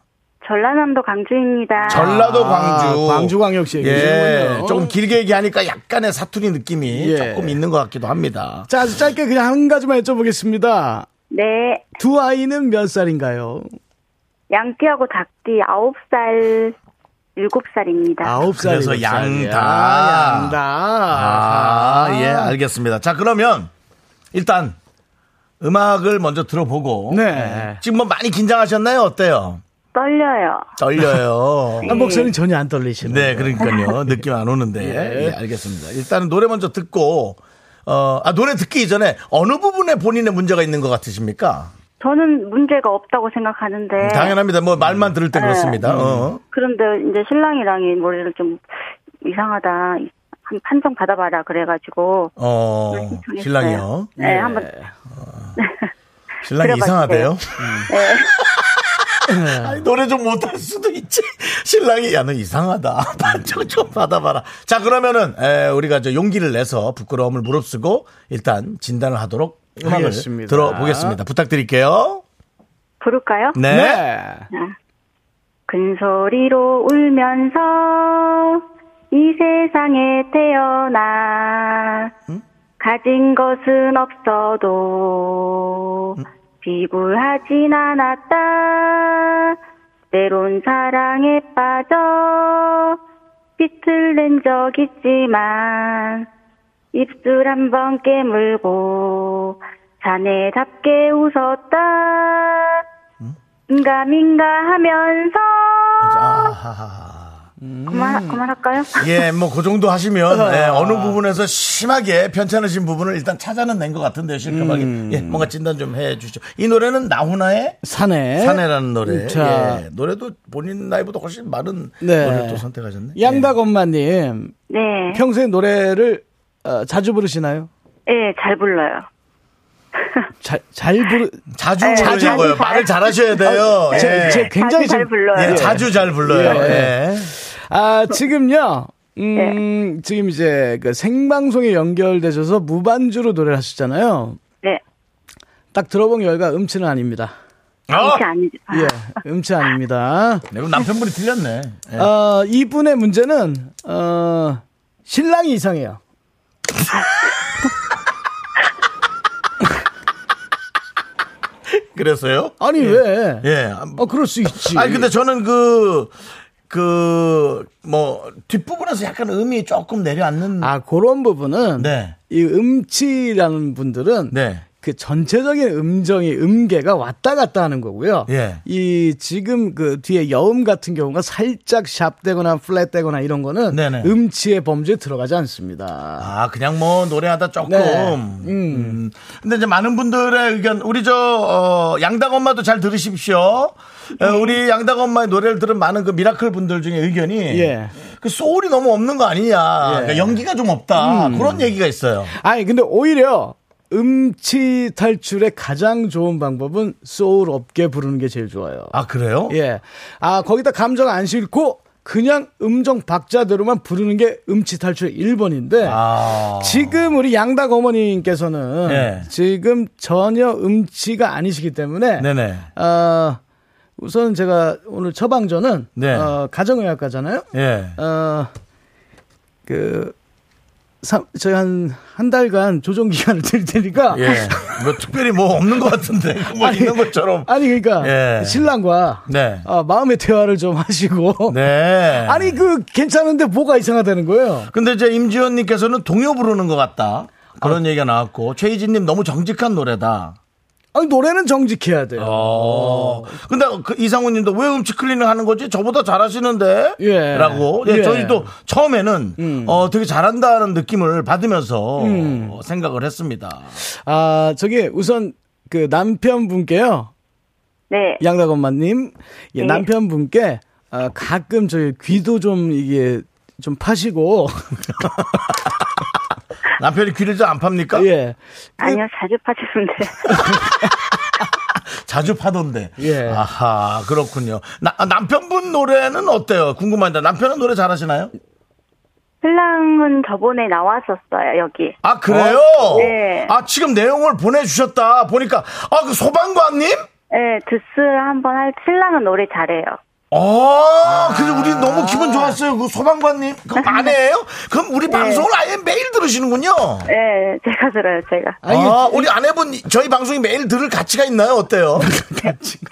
Speaker 6: 전라남도 광주입니다.
Speaker 3: 전라도 광주.
Speaker 4: 아, 광주광역시
Speaker 3: 예,
Speaker 4: 얘기시군요.
Speaker 3: 조금 길게 얘기하니까 약간의 사투리 느낌이
Speaker 4: 예.
Speaker 3: 조금 있는 것 같기도 합니다.
Speaker 4: 자, 아주 짧게 그냥 한 가지만 여쭤보겠습니다.
Speaker 6: 네.
Speaker 4: 두 아이는 몇 살인가요?
Speaker 6: 양띠하고 닭띠 9살, 7살입니다.
Speaker 4: 아홉 살.
Speaker 3: 그래서
Speaker 4: 일곱 살이야.
Speaker 3: 양다.
Speaker 4: 양다.
Speaker 3: 아, 예, 알겠습니다. 자, 그러면 일단 음악을 먼저 들어보고.
Speaker 4: 네.
Speaker 3: 지금 뭐 많이 긴장하셨나요? 어때요?
Speaker 6: 떨려요.
Speaker 3: 떨려요.
Speaker 4: 아, 목소리 전혀 안 떨리시네.
Speaker 3: 음. 네, 그러니까요. 느낌 안 오는데. 예, 알겠습니다. 일단은 노래 먼저 듣고, 어, 아, 노래 듣기 이전에 어느 부분에 본인의 문제가 있는 것 같으십니까?
Speaker 6: 저는 문제가 없다고 생각하는데.
Speaker 3: 당연합니다. 뭐 말만 들을 때
Speaker 6: 아, 음.
Speaker 3: 그렇습니다. 어.
Speaker 6: 그런데 이제 신랑이랑이 머리를 좀 이상하다. 한 판정 받아봐라 그래가지고.
Speaker 3: 어,
Speaker 6: 신청했어요.
Speaker 3: 신랑이요. 예.
Speaker 6: 네, 한번
Speaker 3: 신랑이
Speaker 6: 들어봤어요. 네.
Speaker 3: 이상하대요. 아니, 노래 좀 못할 수도 있지. 신랑이, 야, 너 이상하다. 반정 좀 받아봐라. 자, 그러면은, 에, 우리가 저 용기를 내서 부끄러움을 무릅쓰고 일단 진단을 하도록 음악을
Speaker 4: 알겠습니다.
Speaker 3: 들어보겠습니다. 부탁드릴게요.
Speaker 6: 부를까요?
Speaker 3: 네.
Speaker 4: 네.
Speaker 6: 큰 소리로 울면서 이 세상에 태어나 가진 것은 없어도
Speaker 4: 음.
Speaker 6: 비굴하진 않았다 때론 사랑에 빠져 빛을 낸 적 있지만 입술 한번 깨물고 자네답게 웃었다
Speaker 4: 음.
Speaker 6: 인가민가 하면서 음.
Speaker 3: 아하하.
Speaker 4: 음.
Speaker 6: 그만 그만할까요?
Speaker 3: 예, 뭐, 그 정도 하시면,
Speaker 4: 아.
Speaker 3: 예, 어느 부분에서 심하게 편찮으신 부분을 일단 찾아는 낸 것 같은데요, 실감하게.
Speaker 4: 음.
Speaker 3: 예, 뭔가 진단 좀 해 주시죠. 이 노래는 나훈아의
Speaker 4: 사내.
Speaker 3: 사내라는 노래.
Speaker 4: 네? 음, 자.
Speaker 3: 예, 노래도 본인 나이보다 훨씬 많은
Speaker 4: 네.
Speaker 3: 노래를 또 선택하셨네.
Speaker 4: 양다
Speaker 3: 예.
Speaker 4: 엄마님,
Speaker 6: 네,
Speaker 4: 평소에 노래를 어, 자주 부르시나요?
Speaker 6: 예, 잘 불러요.
Speaker 4: 잘, 잘 부르,
Speaker 3: 예. 자주
Speaker 4: 네,
Speaker 3: 부르는
Speaker 6: 자주
Speaker 3: 거예요.
Speaker 6: 잘-
Speaker 3: 말을 잘 하셔야 돼요. 예.
Speaker 4: 아, 제, 제 굉장히
Speaker 6: 자주 잘
Speaker 4: 지금-
Speaker 6: 불러요.
Speaker 3: 예, 자주 잘 불러요.
Speaker 4: 예.
Speaker 3: 예.
Speaker 4: 아, 지금요. 음,
Speaker 6: 예.
Speaker 4: 지금 이제 그 생방송에 연결되셔서 무반주로 노래를 하셨잖아요.
Speaker 6: 네,
Speaker 4: 딱 들어본 결과 음치는 아닙니다.
Speaker 3: 어?
Speaker 6: 이게 아니지.
Speaker 4: 예, 음치 아닙니다.
Speaker 3: 예, 네, 그럼 남편분이 틀렸네. 예.
Speaker 4: 어, 이분의 문제는 어, 신랑이 이상해요.
Speaker 3: 그래서요?
Speaker 4: 아니 왜?
Speaker 3: 예.
Speaker 4: 어 그럴 수 있지.
Speaker 3: 아니 근데 저는 그 그 뭐 뒷부분에서 약간 음이 조금 내려앉는
Speaker 4: 아 그런 부분은
Speaker 3: 네.
Speaker 4: 이 음치라는 분들은
Speaker 3: 네.
Speaker 4: 그 전체적인 음정이 음계가 왔다 갔다 하는 거고요.
Speaker 3: 예.
Speaker 4: 이 지금 그 뒤에 여음 같은 경우가 살짝 샵되거나 플랫되거나 이런 거는
Speaker 3: 네네.
Speaker 4: 음치의 범주에 들어가지 않습니다.
Speaker 3: 아, 그냥 뭐 노래하다 조금.
Speaker 4: 네.
Speaker 3: 음. 근데 이제 많은 분들의 의견, 우리 저, 어, 양당 엄마도 잘 들으십시오. 에,
Speaker 4: 네.
Speaker 3: 우리 양당 엄마의 노래를 들은 많은 그 미라클 분들 중에 의견이.
Speaker 4: 예.
Speaker 3: 그 소울이 너무 없는 거 아니냐. 그러니까 연기가 좀 없다.
Speaker 4: 음.
Speaker 3: 그런 얘기가 있어요.
Speaker 4: 아니 근데 오히려 음치 탈출의 가장 좋은 방법은 소울 없게 부르는 게 제일 좋아요.
Speaker 3: 아, 그래요?
Speaker 4: 예. 아, 거기다 감정 안 싣고 그냥 음정 박자대로만 부르는 게 음치 탈출 1번인데
Speaker 3: 아.
Speaker 4: 지금 우리 양닭 어머님께서는
Speaker 3: 예.
Speaker 4: 지금 전혀 음치가 아니시기 때문에
Speaker 3: 네네.
Speaker 4: 어, 우선 제가 오늘 처방전은
Speaker 3: 네.
Speaker 4: 어, 가정의학과잖아요.
Speaker 3: 예.
Speaker 4: 어, 그 삼- 저희 한, 한 달간 조정 기간을 드릴 테니까.
Speaker 3: 예. 뭐 특별히 뭐 없는 것 같은데. 뭐 있는 것처럼.
Speaker 4: 아니, 그러니까.
Speaker 3: 예.
Speaker 4: 신랑과.
Speaker 3: 네.
Speaker 4: 어, 마음의 대화를 좀 하시고.
Speaker 3: 네.
Speaker 4: 아니, 그, 괜찮은데 뭐가 이상하다는 거예요?
Speaker 3: 근데 이제 임지원님께서는 동요 부르는 것 같다.
Speaker 4: 아.
Speaker 3: 그런 얘기가 나왔고 최희진님 너무 정직한 노래다.
Speaker 4: 아니, 노래는 정직해야 돼요.
Speaker 3: 어. 근데 그 이상우님도 왜 음치 클리닝 하는 거지? 저보다 잘하시는데?
Speaker 4: 예.
Speaker 3: 라고. 예,
Speaker 4: 예.
Speaker 3: 저희도 처음에는 어, 되게 잘한다는 느낌을 받으면서
Speaker 4: 음.
Speaker 3: 어, 생각을 했습니다.
Speaker 4: 아, 저기, 우선, 그, 남편분께요.
Speaker 6: 네.
Speaker 4: 양락 엄마님. 예,
Speaker 6: 네.
Speaker 4: 남편분께, 아, 가끔 저희 귀도 좀, 이게, 좀 파시고.
Speaker 3: 남편이 귀를 좀 안 팝니까?
Speaker 4: 예.
Speaker 6: 아니요, 자주 파셨는데.
Speaker 3: 자주 파던데.
Speaker 4: 예.
Speaker 3: 아하, 그렇군요. 나- 아, 남편분 노래는 어때요? 궁금합니다. 남편은 노래 잘하시나요?
Speaker 6: 신랑은 저번에 나왔었어요, 여기.
Speaker 3: 아, 그래요?
Speaker 6: 네.
Speaker 3: 아, 지금 내용을 보내주셨다. 보니까, 아, 그 소방관님?
Speaker 6: 네, 드스 한번 할, 신랑은 노래 잘해요.
Speaker 3: 아, 근데 우리 너무 기분 좋았어요. 그 소방관님, 그 아내예요? 그럼 우리 방송을 아예 매일 들으시는군요.
Speaker 6: 네, 제가 들어요, 제가.
Speaker 3: 아, 우리 아내분 저희 방송이 매일 들을 가치가 있나요? 어때요?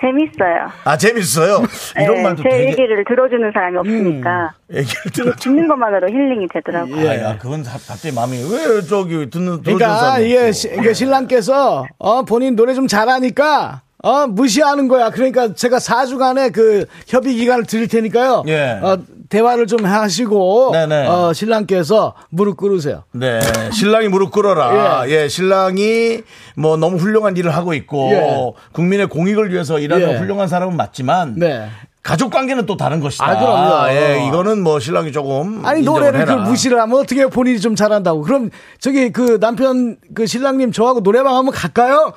Speaker 6: 재밌어요.
Speaker 3: 아, 재밌어요. 이런
Speaker 6: 네,
Speaker 3: 말도
Speaker 6: 제
Speaker 3: 되게
Speaker 6: 얘기를 들어주는 사람이 없으니까.
Speaker 3: 얘기를 들어.
Speaker 6: 듣는 것만으로 힐링이 되더라고요.
Speaker 3: 예, 아, 야, 그건 다- 갑자기 마음이 왜 저기 듣는 그렇죠. 들어주는
Speaker 4: 그러니까
Speaker 3: 사람이
Speaker 4: 이게
Speaker 3: 없고.
Speaker 4: 시- 그러니까 신랑께서 어 본인 노래 좀 잘하니까 어 무시하는 거야. 그러니까 제가 4주간의 그 협의 기간을 드릴 테니까요.
Speaker 3: 예.
Speaker 4: 어 대화를 좀 하시고
Speaker 3: 네네.
Speaker 4: 어 신랑께서 무릎 꿇으세요.
Speaker 3: 네, 신랑이 무릎 꿇어라. 예. 신랑이 뭐 너무 훌륭한 일을 하고 있고
Speaker 4: 예.
Speaker 3: 국민의 공익을 위해서 일하는
Speaker 4: 예.
Speaker 3: 훌륭한 사람은 맞지만
Speaker 4: 네.
Speaker 3: 가족 관계는 또 다른 것이다.
Speaker 4: 아, 그럼요.
Speaker 3: 예, 이거는 뭐 신랑이 조금
Speaker 4: 아니
Speaker 3: 인정을
Speaker 4: 노래를 그
Speaker 3: 해라.
Speaker 4: 무시를 하면 어떻게 본인이 좀 잘한다고. 그럼 저기 그 남편 그 신랑님 저하고 노래방 한번 갈까요?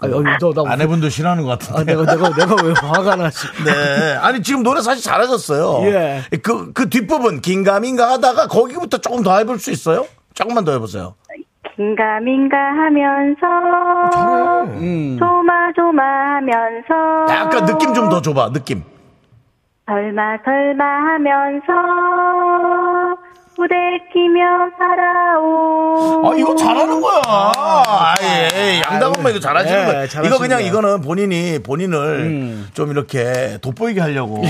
Speaker 4: 아, 어, 너, 나,
Speaker 3: 아내분도 싫어하는 것
Speaker 4: 아,
Speaker 3: 같은데.
Speaker 4: 내가 내가 내가 왜 화가 나지?
Speaker 3: 네. 아니 지금 노래 사실 잘하셨어요.
Speaker 4: 예.
Speaker 3: 그, 그 뒷부분 긴가민가 하다가 거기부터 조금 더 해볼 수 있어요? 조금만 더 해보세요.
Speaker 6: 긴가민가 하면서, 조마조마 하면서,
Speaker 3: 어, 음. 약간 느낌 좀 더 줘봐. 느낌.
Speaker 6: 설마 설마 하면서, 부대끼며 살아오.
Speaker 3: 아 이거 잘하는 거야. 아, 예. 양다방만 이거 잘하시는
Speaker 4: 예,
Speaker 3: 거야. 이거
Speaker 4: 잘하시는
Speaker 3: 그냥
Speaker 4: 거야. 음.
Speaker 3: 이거는 본인이 본인을 좀 이렇게 돋보이게 하려고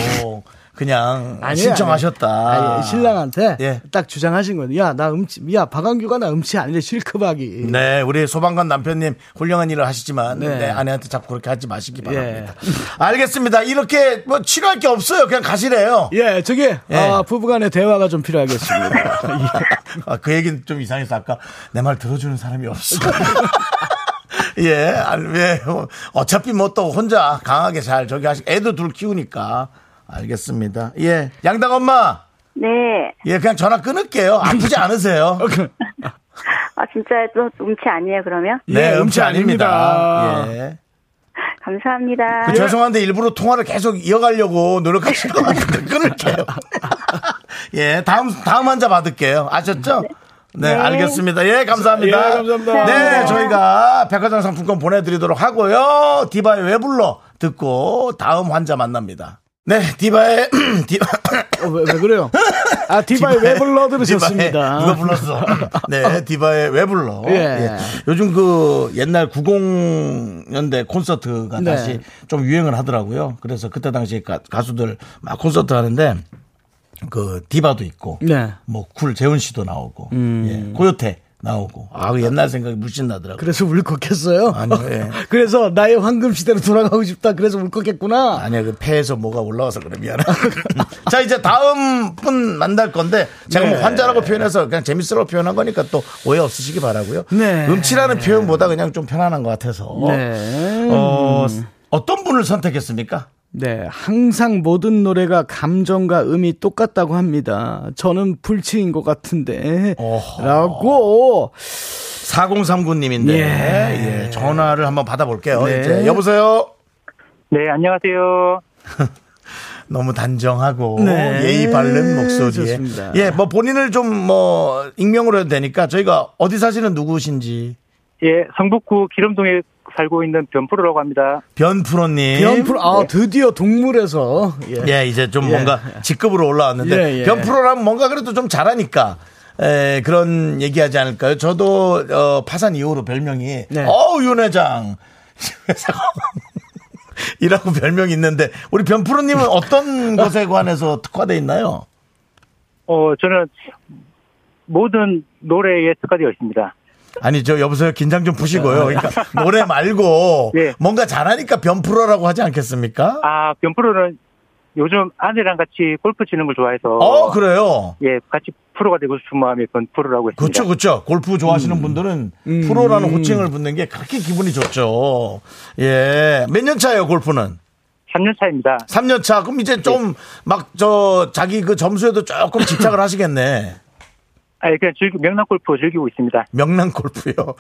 Speaker 3: 그냥
Speaker 4: 아니에요,
Speaker 3: 신청하셨다.
Speaker 4: 아니, 신랑한테
Speaker 3: 예.
Speaker 4: 딱 주장하신 거예요. 야, 나 음치, 야, 박완규가 나 음치 아니래, 실크박이.
Speaker 3: 네, 우리 소방관 남편님 훌륭한 일을 하시지만
Speaker 4: 네. 예.
Speaker 3: 네, 아내한테 자꾸 그렇게 하지 마시기 바랍니다. 알겠습니다. 이렇게 뭐 치료할 게 없어요. 그냥 가시래요.
Speaker 4: 예, 저기,
Speaker 3: 예.
Speaker 4: 아, 부부간의 대화가 좀 필요하겠습니다.
Speaker 3: 아, 그 얘기는 좀 이상해서 아까 내 말 들어주는 사람이 없어. 예, 아니, 왜, 어차피 뭐 또 혼자 강하게 잘 저기 하시, 애도 둘 키우니까. 알겠습니다. 예, 양당 엄마.
Speaker 6: 네.
Speaker 3: 예, 그냥 전화 끊을게요. 아프지 않으세요.
Speaker 4: 어, 그,
Speaker 6: 아, 진짜 또 음치 아니에요, 그러면?
Speaker 3: 네,
Speaker 4: 예,
Speaker 3: 음치
Speaker 4: 음치
Speaker 3: 아닙니다.
Speaker 4: 아닙니다.
Speaker 3: 예.
Speaker 6: 감사합니다.
Speaker 3: 그 죄송한데 일부러 통화를 계속 이어가려고 노력하실 것 같은데 끊을게요. 예, 다음 다음 환자 받을게요. 아셨죠? 네, 알겠습니다. 예, 감사합니다.
Speaker 4: 예, 감사합니다.
Speaker 3: 네, 저희가 백화점 상품권 보내드리도록 하고요. 디바의 왜 불러 듣고 다음 환자 만납니다. 네, 디바의 디바
Speaker 4: 어, 왜, 왜 그래요? 아, 디바의 왜 불러
Speaker 3: 디바의
Speaker 4: 들으셨습니다.
Speaker 3: 누가 불렀어? 네, 디바의 왜 불러?
Speaker 4: 예.
Speaker 3: 예. 요즘 그 옛날 90년대 콘서트가
Speaker 4: 네.
Speaker 3: 다시 좀 유행을 하더라고요. 그래서 그때 당시 가, 가수들 막 콘서트 하는데 그 디바도 있고
Speaker 4: 네. 음.
Speaker 3: 뭐 쿨 재훈 씨도 나오고 예, 고요태 나오고 아그 옛날 생각이 물씬 나더라고요.
Speaker 4: 그래서 울컥했어요.
Speaker 3: 아니요, 예.
Speaker 4: 그래서 나의 황금 시대로 돌아가고 싶다. 그래서 울컥했구나.
Speaker 3: 아니야 그 폐에서 뭐가 올라와서 그래 미안해. 자 이제 다음 분 만날 건데 제가 뭐
Speaker 4: 네.
Speaker 3: 환자라고 표현해서 그냥 재밌으라고 표현한 거니까 또 오해 없으시기 바라고요.
Speaker 4: 네.
Speaker 3: 음치라는 표현보다 그냥 좀 편안한 것 같아서.
Speaker 4: 네.
Speaker 3: 어, 어떤 분을 선택했습니까?
Speaker 4: 네, 항상 모든 노래가 감정과 음이 똑같다고 합니다. 저는 불치인 것 같은데.
Speaker 3: 어허.
Speaker 4: 라고.
Speaker 3: 4039님인데
Speaker 4: 예.
Speaker 3: 예, 전화를 한번 받아볼게요.
Speaker 4: 네.
Speaker 3: 이제 여보세요.
Speaker 11: 네, 안녕하세요.
Speaker 3: 너무 단정하고
Speaker 4: 네.
Speaker 3: 예의 바른 목소리에
Speaker 4: 좋습니다.
Speaker 3: 예, 뭐 본인을 좀 뭐 익명으로 해도 되니까 저희가 어디 사시는 누구신지
Speaker 11: 예, 성북구 기름동에 살고 있는 변프로라고 합니다.
Speaker 3: 변프로님.
Speaker 4: 변풀,
Speaker 11: 네.
Speaker 4: 아, 드디어 동물에서. 예.
Speaker 3: 예, 이제 좀
Speaker 4: 예.
Speaker 3: 뭔가 직급으로 올라왔는데
Speaker 4: 예, 예.
Speaker 3: 변프로라면 뭔가 그래도 좀 잘하니까 에, 그런 얘기하지 않을까요? 저도 어, 파산 이후로 별명이
Speaker 4: 네.
Speaker 3: 어우 윤 회장 회사가 이라고 별명이 있는데 우리 변프로님은 어떤 것에 관해서 특화돼 있나요?
Speaker 11: 어, 저는 모든 노래에 특화되어 있습니다.
Speaker 3: 아니 저 여보세요 긴장 좀 푸시고요. 그러니까 노래 말고
Speaker 11: 예.
Speaker 3: 뭔가 잘하니까 변프로라고 하지 않겠습니까?
Speaker 11: 아, 변프로는 요즘 아내랑 같이 골프 치는 걸 좋아해서.
Speaker 3: 어 그래요.
Speaker 11: 예, 같이 프로가 되고 싶은 마음에 변프로라고 했습니다.
Speaker 3: 그렇죠, 그렇죠. 골프 좋아하시는
Speaker 4: 음.
Speaker 3: 분들은 프로라는 호칭을 붙는 게 그렇게 기분이 좋죠. 예. 몇 년 차예요, 골프는?
Speaker 11: 3년 차입니다.
Speaker 3: 3년 차. 그럼 이제
Speaker 4: 예.
Speaker 3: 좀 막 저 자기 그 점수에도 조금 집착을 하시겠네.
Speaker 11: 아, 예, 그냥 즐기, 명랑 골프 즐기고 있습니다.
Speaker 3: 명랑 골프요.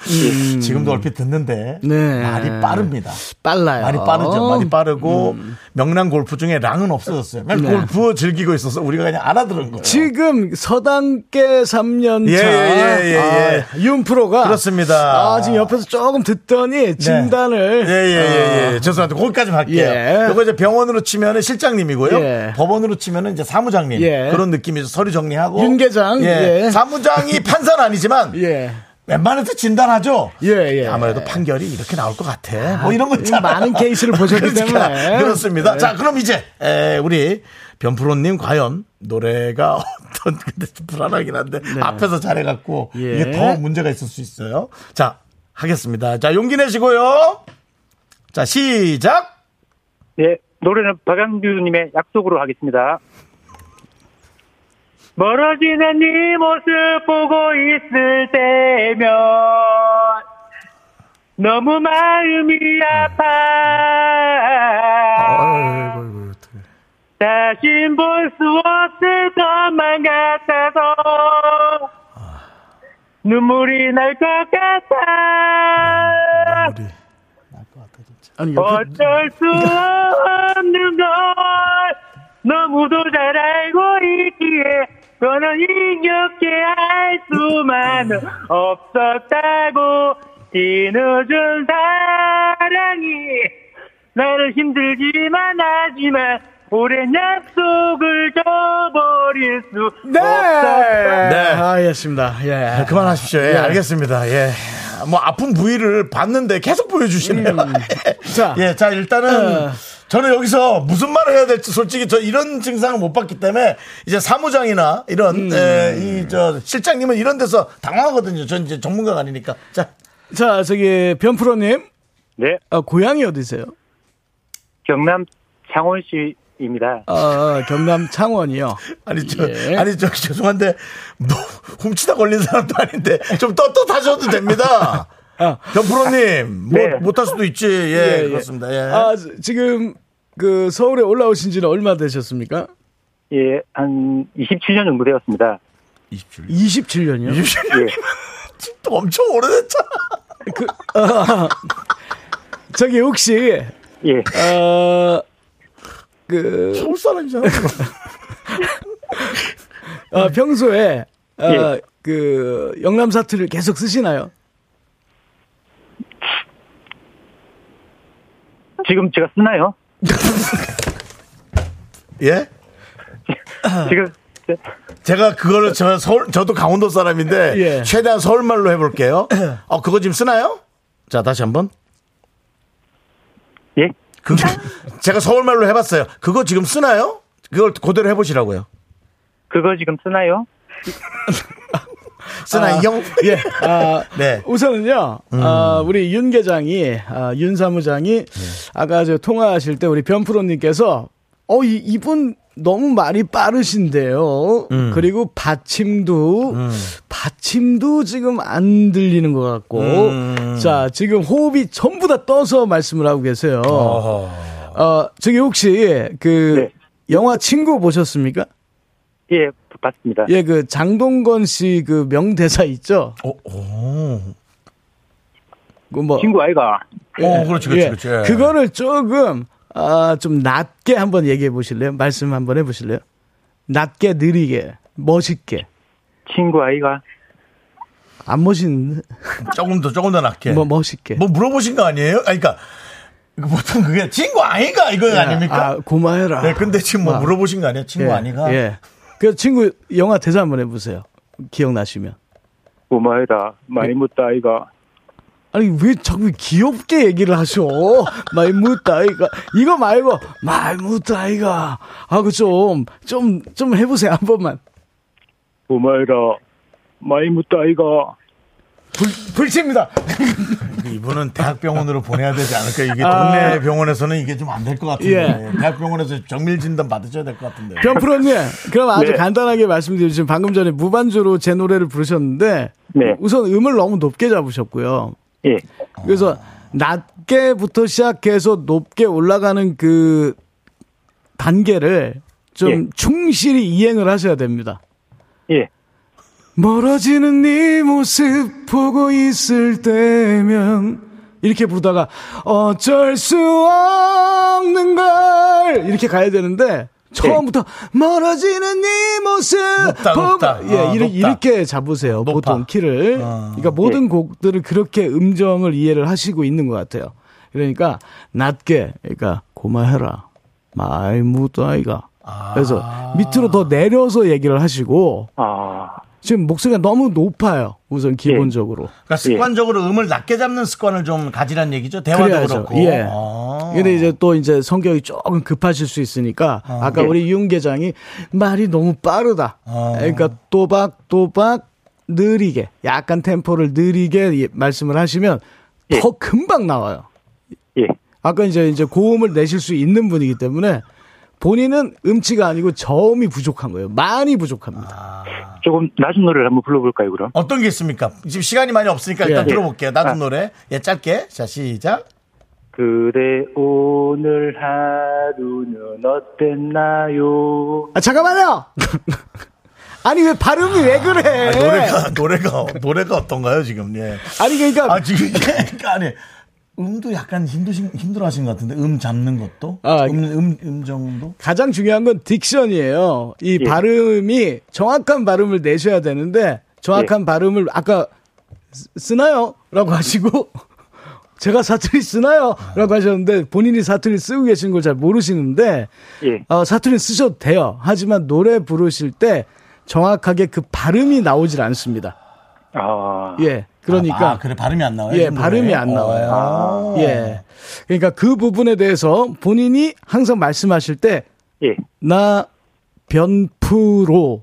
Speaker 3: 지금도 얼핏 듣는데
Speaker 4: 음. 네.
Speaker 3: 말이 빠릅니다.
Speaker 4: 빨라요. 음.
Speaker 3: 말이 빠르죠. 말이 빠르고 명랑 골프 중에 랑은 없어졌어요. 그냥
Speaker 4: 네.
Speaker 3: 골프 즐기고 있어서 우리가 그냥 알아들은 거예요.
Speaker 4: 지금 서당계 3년 차.
Speaker 3: 예, 예, 예, 예,
Speaker 4: 아, 윤프로가.
Speaker 3: 그렇습니다. 네.
Speaker 4: 아, 지금 옆에서 조금 듣더니 진단을. 어,
Speaker 3: 예예예 예, 죄송한데 거기까지만 할게요.
Speaker 4: 예.
Speaker 3: 요거 이제 병원으로 치면은 실장님이고요.
Speaker 4: 예.
Speaker 3: 법원으로 치면은 이제 사무장님
Speaker 4: 예.
Speaker 3: 그런 느낌이죠. 서류 정리하고
Speaker 4: 윤계장,
Speaker 3: 예.
Speaker 4: 예.
Speaker 3: 사무장이 판사는 아니지만
Speaker 4: 예.
Speaker 3: 웬만해서 진단하죠.
Speaker 4: 예, 예.
Speaker 3: 아무래도 판결이 이렇게 나올 것 같아. 뭐 이런 거 있잖아.
Speaker 4: 많은 케이스를 보셨기
Speaker 3: 그러니까
Speaker 4: 때문에.
Speaker 3: 그렇습니다.
Speaker 4: 네.
Speaker 3: 자 그럼 이제 에, 우리 변프로님 과연 노래가 어떤 근데 좀 불안하긴 한데 앞에서 잘해갖고
Speaker 4: 네. 예.
Speaker 3: 이게 더 문제가 있을 수 있어요. 자 하겠습니다. 자 용기 내시고요. 자 시작.
Speaker 11: 예, 노래는 박양규님의 약속으로 하겠습니다. 멀어지는 네 모습 보고 있을 때면 너무 마음이 아파 다신 볼 수 없을 것만 같아서 눈물이 날 것 같아
Speaker 4: 아니, 옆에-
Speaker 11: 어쩔 수 없는 걸 너무도 잘 알고 있기에 너는 이렇게 할 수만 없었다고 뒤늦은 사랑이 나를 힘들지만 하지만 오랜 약속을 저버릴 수
Speaker 4: 네! 네.
Speaker 11: 없었다
Speaker 3: 네.
Speaker 4: 알겠습니다. 예.
Speaker 3: 그만하십시오. 예, 알겠습니다. 예. 뭐 아픈 부위를 봤는데 계속 보여주시네요.
Speaker 4: 음. 자.
Speaker 3: 예, 자 일단은
Speaker 4: 어.
Speaker 3: 저는 여기서 무슨 말을 해야 될지 솔직히 저 이런 증상을 못 봤기 때문에 이제 사무장이나
Speaker 4: 음.
Speaker 3: 이런 예, 이 저 실장님은 이런 데서 당황하거든요. 전 이제 전문가가 아니니까. 자,
Speaker 4: 자, 저기, 변프로님.
Speaker 11: 네
Speaker 4: 아, 고향이 어디세요?
Speaker 11: 경남 창원시입니다
Speaker 4: 아, 경남 창원이요.
Speaker 3: 아니 저
Speaker 4: 예.
Speaker 3: 아니 저 죄송한데 뭐 훔치다 걸린 사람도 아닌데 좀 떳떳하셔도 됩니다.
Speaker 4: 아.
Speaker 3: 변프로님 뭐
Speaker 11: 네.
Speaker 3: 못할 수도 있지. 예, 그렇습니다. 예.
Speaker 4: 아, 지금 그 서울에 올라오신 지는 얼마 되셨습니까?
Speaker 11: 예 한 27년 정도 되었습니다
Speaker 4: 27년이요.
Speaker 11: 예.
Speaker 3: 또 엄청 오래됐잖아.
Speaker 4: 저기 혹시
Speaker 11: 예.
Speaker 4: 어, 그
Speaker 3: 서울 사람이잖아.
Speaker 4: 어, 평소에 어,
Speaker 11: 예.
Speaker 4: 그 영남 사투를 계속 쓰시나요?
Speaker 11: 지금 제가 쓰나요?
Speaker 3: 예?
Speaker 10: 지금
Speaker 3: 제가 그거를 저 서울, 저도 강원도 사람인데
Speaker 4: 예.
Speaker 3: 최대한 서울말로 해볼게요. 어 그거 지금 쓰나요? 자 다시 한번.
Speaker 10: 예?
Speaker 3: 그 제가 서울말로 해봤어요. 그거 지금 쓰나요? 그걸 그대로 해보시라고요.
Speaker 10: 그거 지금 쓰나요?
Speaker 3: 쓰나요?
Speaker 4: 예. 아,
Speaker 3: 네.
Speaker 4: 우선은요, 아, 우리 윤 계장이, 아, 윤 사무장이, 아까 저 통화하실 때 우리 변프로님께서, 어, 이, 이분 너무 말이 빠르신데요. 그리고 받침도, 받침도 지금 안 들리는 것 같고, 자, 지금 호흡이 전부 다 떠서 말씀을 하고 계세요. 어, 저기 혹시 그,
Speaker 10: 네.
Speaker 4: 영화 친구 보셨습니까?
Speaker 10: 예, 봤습니다.
Speaker 4: 예, 그 장동건 씨 그 명대사 있죠?
Speaker 3: 어, 오, 오.
Speaker 4: 그 뭐,
Speaker 10: 친구 아이가
Speaker 3: 오, 그렇지, 그렇지,
Speaker 4: 예.
Speaker 3: 그렇지. 예.
Speaker 4: 그거를 조금 아, 좀 낮게 한번 얘기해 보실래요? 말씀 한번 해 보실래요? 낮게 느리게 멋있게
Speaker 10: 친구 아이가
Speaker 4: 안 멋있는
Speaker 3: 조금 더, 조금 더 낮게.
Speaker 4: 뭐
Speaker 3: 예. 뭐,
Speaker 4: 멋있게
Speaker 3: 물어보신 거 아니에요? 아니, 그러니까 이거 보통 그게 친구 아이가 이거
Speaker 4: 야,
Speaker 3: 아닙니까?
Speaker 4: 아, 고마해라.
Speaker 3: 네, 근데 지금 뭐 물어보신 거 아니에요? 친구
Speaker 4: 예,
Speaker 3: 아니가?
Speaker 4: 예. 그 친구 영화 대사 한번 해 보세요. 기억나시면.
Speaker 10: 고마이다 많이 묻다 아이가
Speaker 4: 아니 왜 자꾸 귀엽게 얘기를 하셔? 말무다이가 이거 말고 말무다이가 하고 좀 좀 좀 해보세요 한 번만.
Speaker 10: 고마이다 많이 묻다 아이가
Speaker 3: 불, 불칩니다. 그 이분은 대학병원으로 보내야 되지 않을까? 이게
Speaker 4: 아.
Speaker 3: 동네 병원에서는 이게 좀 안 될 것
Speaker 4: 예.
Speaker 3: 같은데. 대학병원에서 정밀 진단 받으셔야 될 것 같은데.
Speaker 4: 변프로님, 그럼 아주
Speaker 10: 네.
Speaker 4: 간단하게 말씀드리면 지금 방금 전에 무반주로 제 노래를 부르셨는데
Speaker 10: 네.
Speaker 4: 우선 음을 너무 높게 잡으셨고요.
Speaker 10: 예,
Speaker 4: 그래서 낮게부터 시작해서 높게 올라가는 그 단계를 좀
Speaker 10: 예.
Speaker 4: 충실히 이행을 하셔야 됩니다.
Speaker 10: 예,
Speaker 4: 멀어지는 네 모습 보고 있을 때면 이렇게 부르다가 어쩔 수 없는 걸 이렇게 가야
Speaker 3: 네.
Speaker 4: 되는데 처음부터 멀어지는 네 모습
Speaker 3: 높다,
Speaker 4: 보고-
Speaker 3: 높다.
Speaker 4: 예
Speaker 3: 아,
Speaker 4: 이렇게,
Speaker 3: 높다.
Speaker 4: 이렇게 잡으세요
Speaker 3: 높아. 예.
Speaker 4: 보통 키를 그러니까 모든 곡들을 그렇게 음정을 이해를 하시고 있는 것 같아요 그러니까 낮게 그러니까 고마해라 마이 무다이가
Speaker 3: 아.
Speaker 4: 그래서 밑으로 더 내려서 얘기를 하시고
Speaker 10: 아,
Speaker 4: 지금 목소리가 너무 높아요. 우선 기본적으로.
Speaker 3: 그러니까 습관적으로 음을 낮게 잡는 습관을 좀 가지란 얘기죠. 대화도
Speaker 4: 그래야죠.
Speaker 3: 그렇고.
Speaker 4: 예.
Speaker 3: 아.
Speaker 4: 근데 이제 또 이제 성격이 조금 급하실 수 있으니까
Speaker 3: 예.
Speaker 4: 아까 우리 윤 계장이 말이 너무 빠르다.
Speaker 3: 아.
Speaker 4: 그러니까 또박또박 느리게 약간 템포를 느리게 예- 말씀을 하시면
Speaker 3: 예.
Speaker 4: 더 금방 나와요.
Speaker 10: 예,
Speaker 4: 아까 이제 이제 고음을 내실 수 있는 분이기 때문에 본인은 음치가 아니고 저음이 부족한 거예요. 많이
Speaker 3: 아.
Speaker 4: 부족합니다.
Speaker 10: 조금 낮은 노래를 한번 불러볼까요 그럼?
Speaker 3: 어떤 게 있습니까? 지금 시간이 많이 없으니까 일단
Speaker 4: 예.
Speaker 3: 들어볼게요. 나도
Speaker 10: 아.
Speaker 3: 노래. 예, 짧게. 자, 시작.
Speaker 10: 그래 오늘 하루는 어땠나요?
Speaker 4: 아, 잠깐만요. 아니 왜 발음이 왜 그래?
Speaker 3: 아, 노래가, 노래가, 노래가 어떤가요, 지금? 예.
Speaker 4: 아니 그러니까
Speaker 3: 아, 지금 이게, 그러니까 아니. 음도 약간 힘드신, 힘들어 하신 것 같은데. 음 잡는 것도?
Speaker 4: 아,
Speaker 3: 음, 음, 음 정도?
Speaker 4: 가장 중요한 건 딕션이에요. 이
Speaker 10: 예.
Speaker 4: 발음이 정확한 발음을 내셔야 되는데
Speaker 10: 예.
Speaker 4: 정확한 발음을 아까 쓰- 쓰나요?라고 하시고 제가 사투리 쓰나요?라고 하셨는데 본인이 사투리 쓰고 계신 걸 잘 모르시는데
Speaker 10: 예.
Speaker 4: 어, 사투리 쓰셔도 돼요. 하지만 노래 부르실 때 정확하게 그 발음이 나오질 않습니다.
Speaker 10: 아,
Speaker 4: 예, 그러니까
Speaker 3: 아, 그래. 발음이 안 나와요?
Speaker 4: 예,
Speaker 3: 지금
Speaker 4: 발음이
Speaker 3: 노래에?
Speaker 4: 안 나와요.
Speaker 3: 어.
Speaker 4: 예, 그러니까 그 부분에 대해서 본인이 항상 말씀하실 때
Speaker 10: 예,
Speaker 4: 나 변프로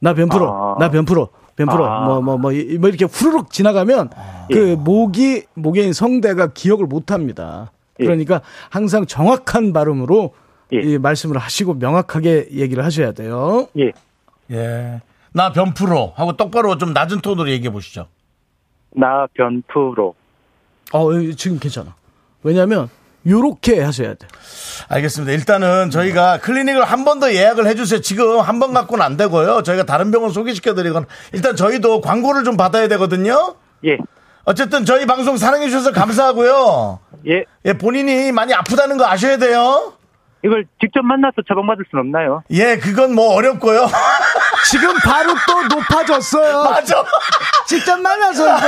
Speaker 4: 나 변프로
Speaker 10: 아.
Speaker 4: 나 변프로 변프로
Speaker 10: 아.
Speaker 4: 뭐 뭐 뭐 이렇게 후루룩 지나가면
Speaker 3: 아. 예.
Speaker 4: 그 목이 목의 성대가 기억을 못 합니다.
Speaker 10: 예.
Speaker 4: 그러니까 항상 정확한 발음으로
Speaker 10: 예.
Speaker 4: 이 말씀을 하시고 명확하게 얘기를 하셔야 돼요.
Speaker 10: 예.
Speaker 3: 예. 나 변프로 하고 똑바로 좀 낮은 톤으로 얘기해 보시죠.
Speaker 10: 나 변프로
Speaker 4: 어 지금 괜찮아. 왜냐하면 요렇게 하셔야 돼.
Speaker 3: 알겠습니다. 일단은 저희가 클리닉을 한 번 더 예약을 해주세요. 지금 한 번 갖고는 안 되고요. 저희가 다른 병원 소개시켜드리거나 일단 저희도 광고를 좀 받아야 되거든요.
Speaker 10: 예,
Speaker 3: 어쨌든 저희 방송 사랑해주셔서 감사하고요.
Speaker 10: 예.
Speaker 3: 예, 본인이 많이 아프다는 거 아셔야 돼요.
Speaker 10: 이걸 직접 만나서 처방받을 순 없나요?
Speaker 3: 예, 그건 뭐 어렵고요.
Speaker 4: 지금 바로 또 높아졌어요.
Speaker 3: 맞아.
Speaker 4: 직접 만나서 이제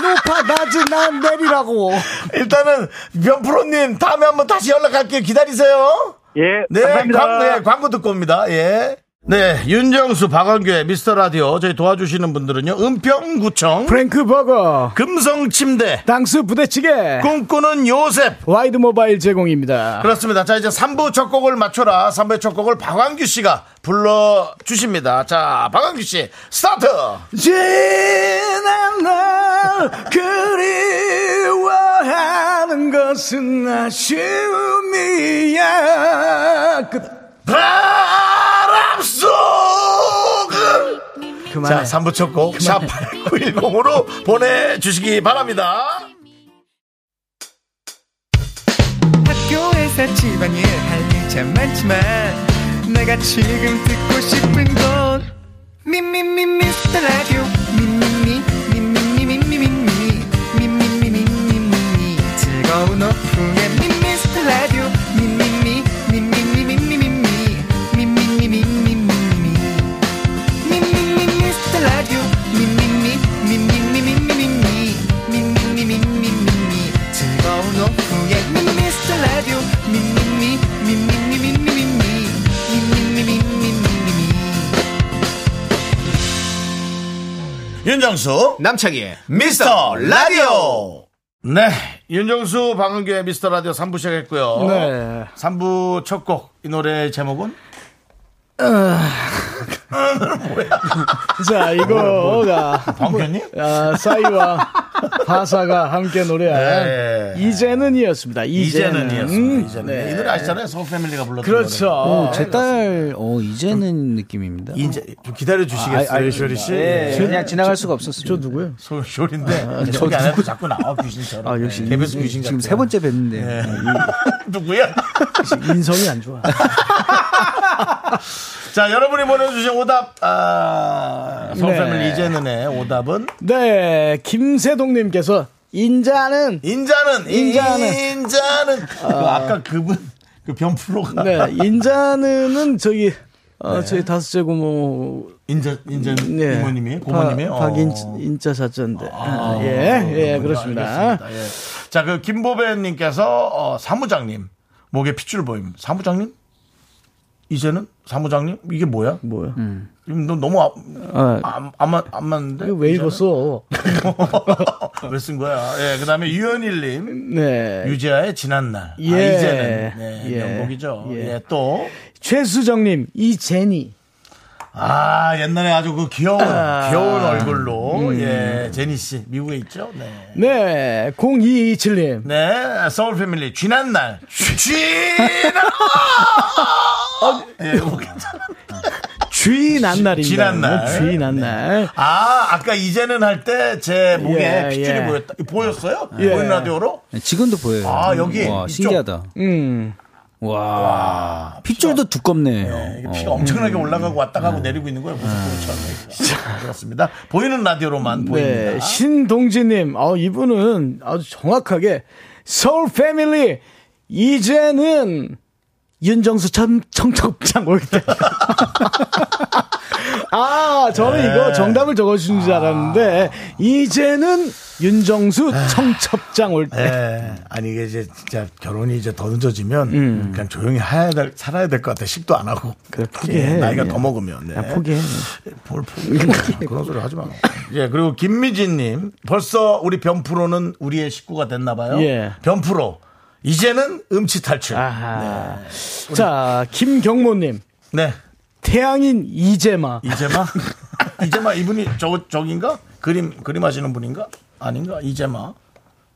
Speaker 4: 높아 낮은 난 내리라고.
Speaker 3: 일단은 변프로님 다음에 한번 다시 연락할게요. 기다리세요.
Speaker 10: 예.
Speaker 3: 네,
Speaker 10: 감사합니다.
Speaker 3: 광, 네, 광고 듣고 옵니다. 예. 네, 윤정수, 박원규의 미스터 라디오. 저희 도와주시는 분들은요. 은평구청,
Speaker 4: 프랭크 버거,
Speaker 3: 금성침대,
Speaker 4: 땅스 부대찌개,
Speaker 3: 꿈꾸는 요셉.
Speaker 4: 와이드 모바일 제공입니다.
Speaker 3: 그렇습니다. 자, 이제 3부 첫 곡을 맞춰라. 3부의 첫 곡을 박완규 씨가 불러주십니다. 자, 박완규 씨, 스타트!
Speaker 4: 지난 날 그리워하는 것은 아쉬움이야. 끝.
Speaker 3: 바람 속은! 자,
Speaker 4: 그만해.
Speaker 3: 3부 첫 곡, 샵8910으로 보내주시기 바랍니다.
Speaker 12: 학교에서 집안일 할 일 참 많지만 내가 지금 듣고 싶은 건 미미미 미스터 라디오 미미미 미미미 미미미 미미미 미미미 즐거운 오후에 미스터 라디오 미미미 미미미 미미미 미미미 미미미 미미미 미스터 라디오 미미미 미미미 미미미 미미미 미미미 즐거운 오후에 미스터 라디오 미미미 미미미 미미미 미미미 미미미
Speaker 3: 윤정수
Speaker 12: 남창희의
Speaker 3: 미스터 라디오 네 윤정수 방은규의 미스터 라디오 3부 시작했고요
Speaker 4: 네.
Speaker 3: 3부 첫 곡 이 노래의 제목은
Speaker 4: 자, 이거가
Speaker 3: 방편님
Speaker 4: 아, 싸이와 바사가 함께 노래한
Speaker 3: 네.
Speaker 4: 이제는이었습니다. 이제는.
Speaker 3: 이제는이었습니다 이제는
Speaker 4: 네.
Speaker 3: 이 노래 아시잖아요 소울 패밀리가 불렀던
Speaker 4: 그렇죠.
Speaker 11: 제딸 어 이제는 느낌입니다.
Speaker 3: 노래. 이제 좀 기다려
Speaker 11: 아, 아,
Speaker 3: 주시겠어요
Speaker 11: 아,
Speaker 3: 쇼리 씨
Speaker 11: 예,
Speaker 4: 네.
Speaker 11: 그냥 지나갈 수가 없었어요.
Speaker 4: 저 누구예요?
Speaker 3: 소울 쇼리인데 저기 안 해도 자꾸 나와 귀신처럼 네,
Speaker 11: 아 역시
Speaker 3: 개별
Speaker 11: 이-
Speaker 3: 귀신
Speaker 11: 지금
Speaker 3: 같아요. 네.
Speaker 11: 세 번째 뵀는데
Speaker 3: 누구야
Speaker 4: 네. 인성이 안 좋아.
Speaker 3: 자 여러분이 보내주신 오답 아, 소울
Speaker 4: 네.
Speaker 3: 패밀리 이제는의 오답은
Speaker 4: 네, 김세동님께서 인자는
Speaker 3: 인자는
Speaker 4: 인자는.
Speaker 3: 인자는 그 아까 그분 그 변프로가
Speaker 4: 네, 인자는은 저기 어, 저희 다섯 제고모
Speaker 3: 인자 인자
Speaker 4: 네.
Speaker 3: 부모님이 고모님이 어.
Speaker 4: 박- 박인자 사전데 예, 예, 그렇습니다.
Speaker 3: 아, 자그 김보배님께서 어, 사무장님 목에 핏줄 보임. 사무장님 이제는 사무장님 이게 뭐야?
Speaker 4: 뭐야?
Speaker 3: 지금 너 너무
Speaker 4: 아,
Speaker 3: 안안안 맞는데
Speaker 4: 이거 왜 읽었어?
Speaker 3: 왜 쓴 거야? 예, 그다음에 유현일님
Speaker 4: 네.
Speaker 3: 유재하의 지난 날.
Speaker 4: 예.
Speaker 3: 아, 이제는 네,
Speaker 4: 예.
Speaker 3: 명곡이죠.
Speaker 4: 예.
Speaker 3: 예, 또
Speaker 4: 최수정님, 이 제니.
Speaker 3: 아, 옛날에 아주 그 귀여운, 귀여운 얼굴로,
Speaker 4: 음.
Speaker 3: 예, 제니 씨, 미국에 있죠? 네.
Speaker 4: 네, 0227님.
Speaker 3: 네, 서울 패밀리, 쥐난 날. 쥐난!
Speaker 4: 아,
Speaker 3: 예, 이거 괜찮아.
Speaker 4: 쥐 난날입니다.
Speaker 3: 쥐난 날.
Speaker 4: 쥐 난날.
Speaker 3: 아, 아까 이제는 할 때 제 목에
Speaker 4: 예,
Speaker 3: 핏줄이
Speaker 4: 예.
Speaker 3: 보였다. 보였어요?
Speaker 4: 예.
Speaker 3: 보이는 라디오로?
Speaker 11: 지금도 보여요.
Speaker 3: 아, 여기
Speaker 11: 와,
Speaker 3: 이쪽.
Speaker 11: 신기하다.
Speaker 4: 음.
Speaker 11: 와, 핏줄도 두껍네요.
Speaker 3: 예,
Speaker 11: 어. 음.
Speaker 3: 이게 피가 엄청나게 올라가고 왔다 가고 내리고 있는 거예요.
Speaker 11: 아.
Speaker 3: 무슨 그렇죠. 그렇습니다. 보이는 라디오로만
Speaker 4: 네,
Speaker 3: 보입니다.
Speaker 4: 신동진님. 아, 이분은 아주 정확하게 서울 패밀리 이제는 윤정수 천, 청첩장 올 때. 아, 저는
Speaker 3: 네.
Speaker 4: 이거 정답을 적어주신
Speaker 3: 아.
Speaker 4: 줄 알았는데, 이제는 윤정수
Speaker 3: 네.
Speaker 4: 청첩장 올 때.
Speaker 3: 예. 아니 이게 이제 진짜 결혼이 이제 더 늦어지면 그냥 조용히 해야 될, 살아야 될 것 같아. 식도 안 하고.
Speaker 4: 음. 그래, 포기해.
Speaker 3: 예, 나이가
Speaker 4: 예.
Speaker 3: 더 먹으면. 네.
Speaker 4: 포기해.
Speaker 3: 뭘 포기해. 그런 소리 하지 마. 예, 그리고 김미진님 벌써 우리 변프로는 우리의 식구가 됐나 봐요.
Speaker 4: 예.
Speaker 3: 변프로 이제는 음치 탈출.
Speaker 4: 아하. 자, 김경모님.
Speaker 3: 네.
Speaker 4: 태양인 이재마.
Speaker 3: 이제마 이제마 이분이 저 저긴가 그림 그림 하시는 분인가 아닌가 이제마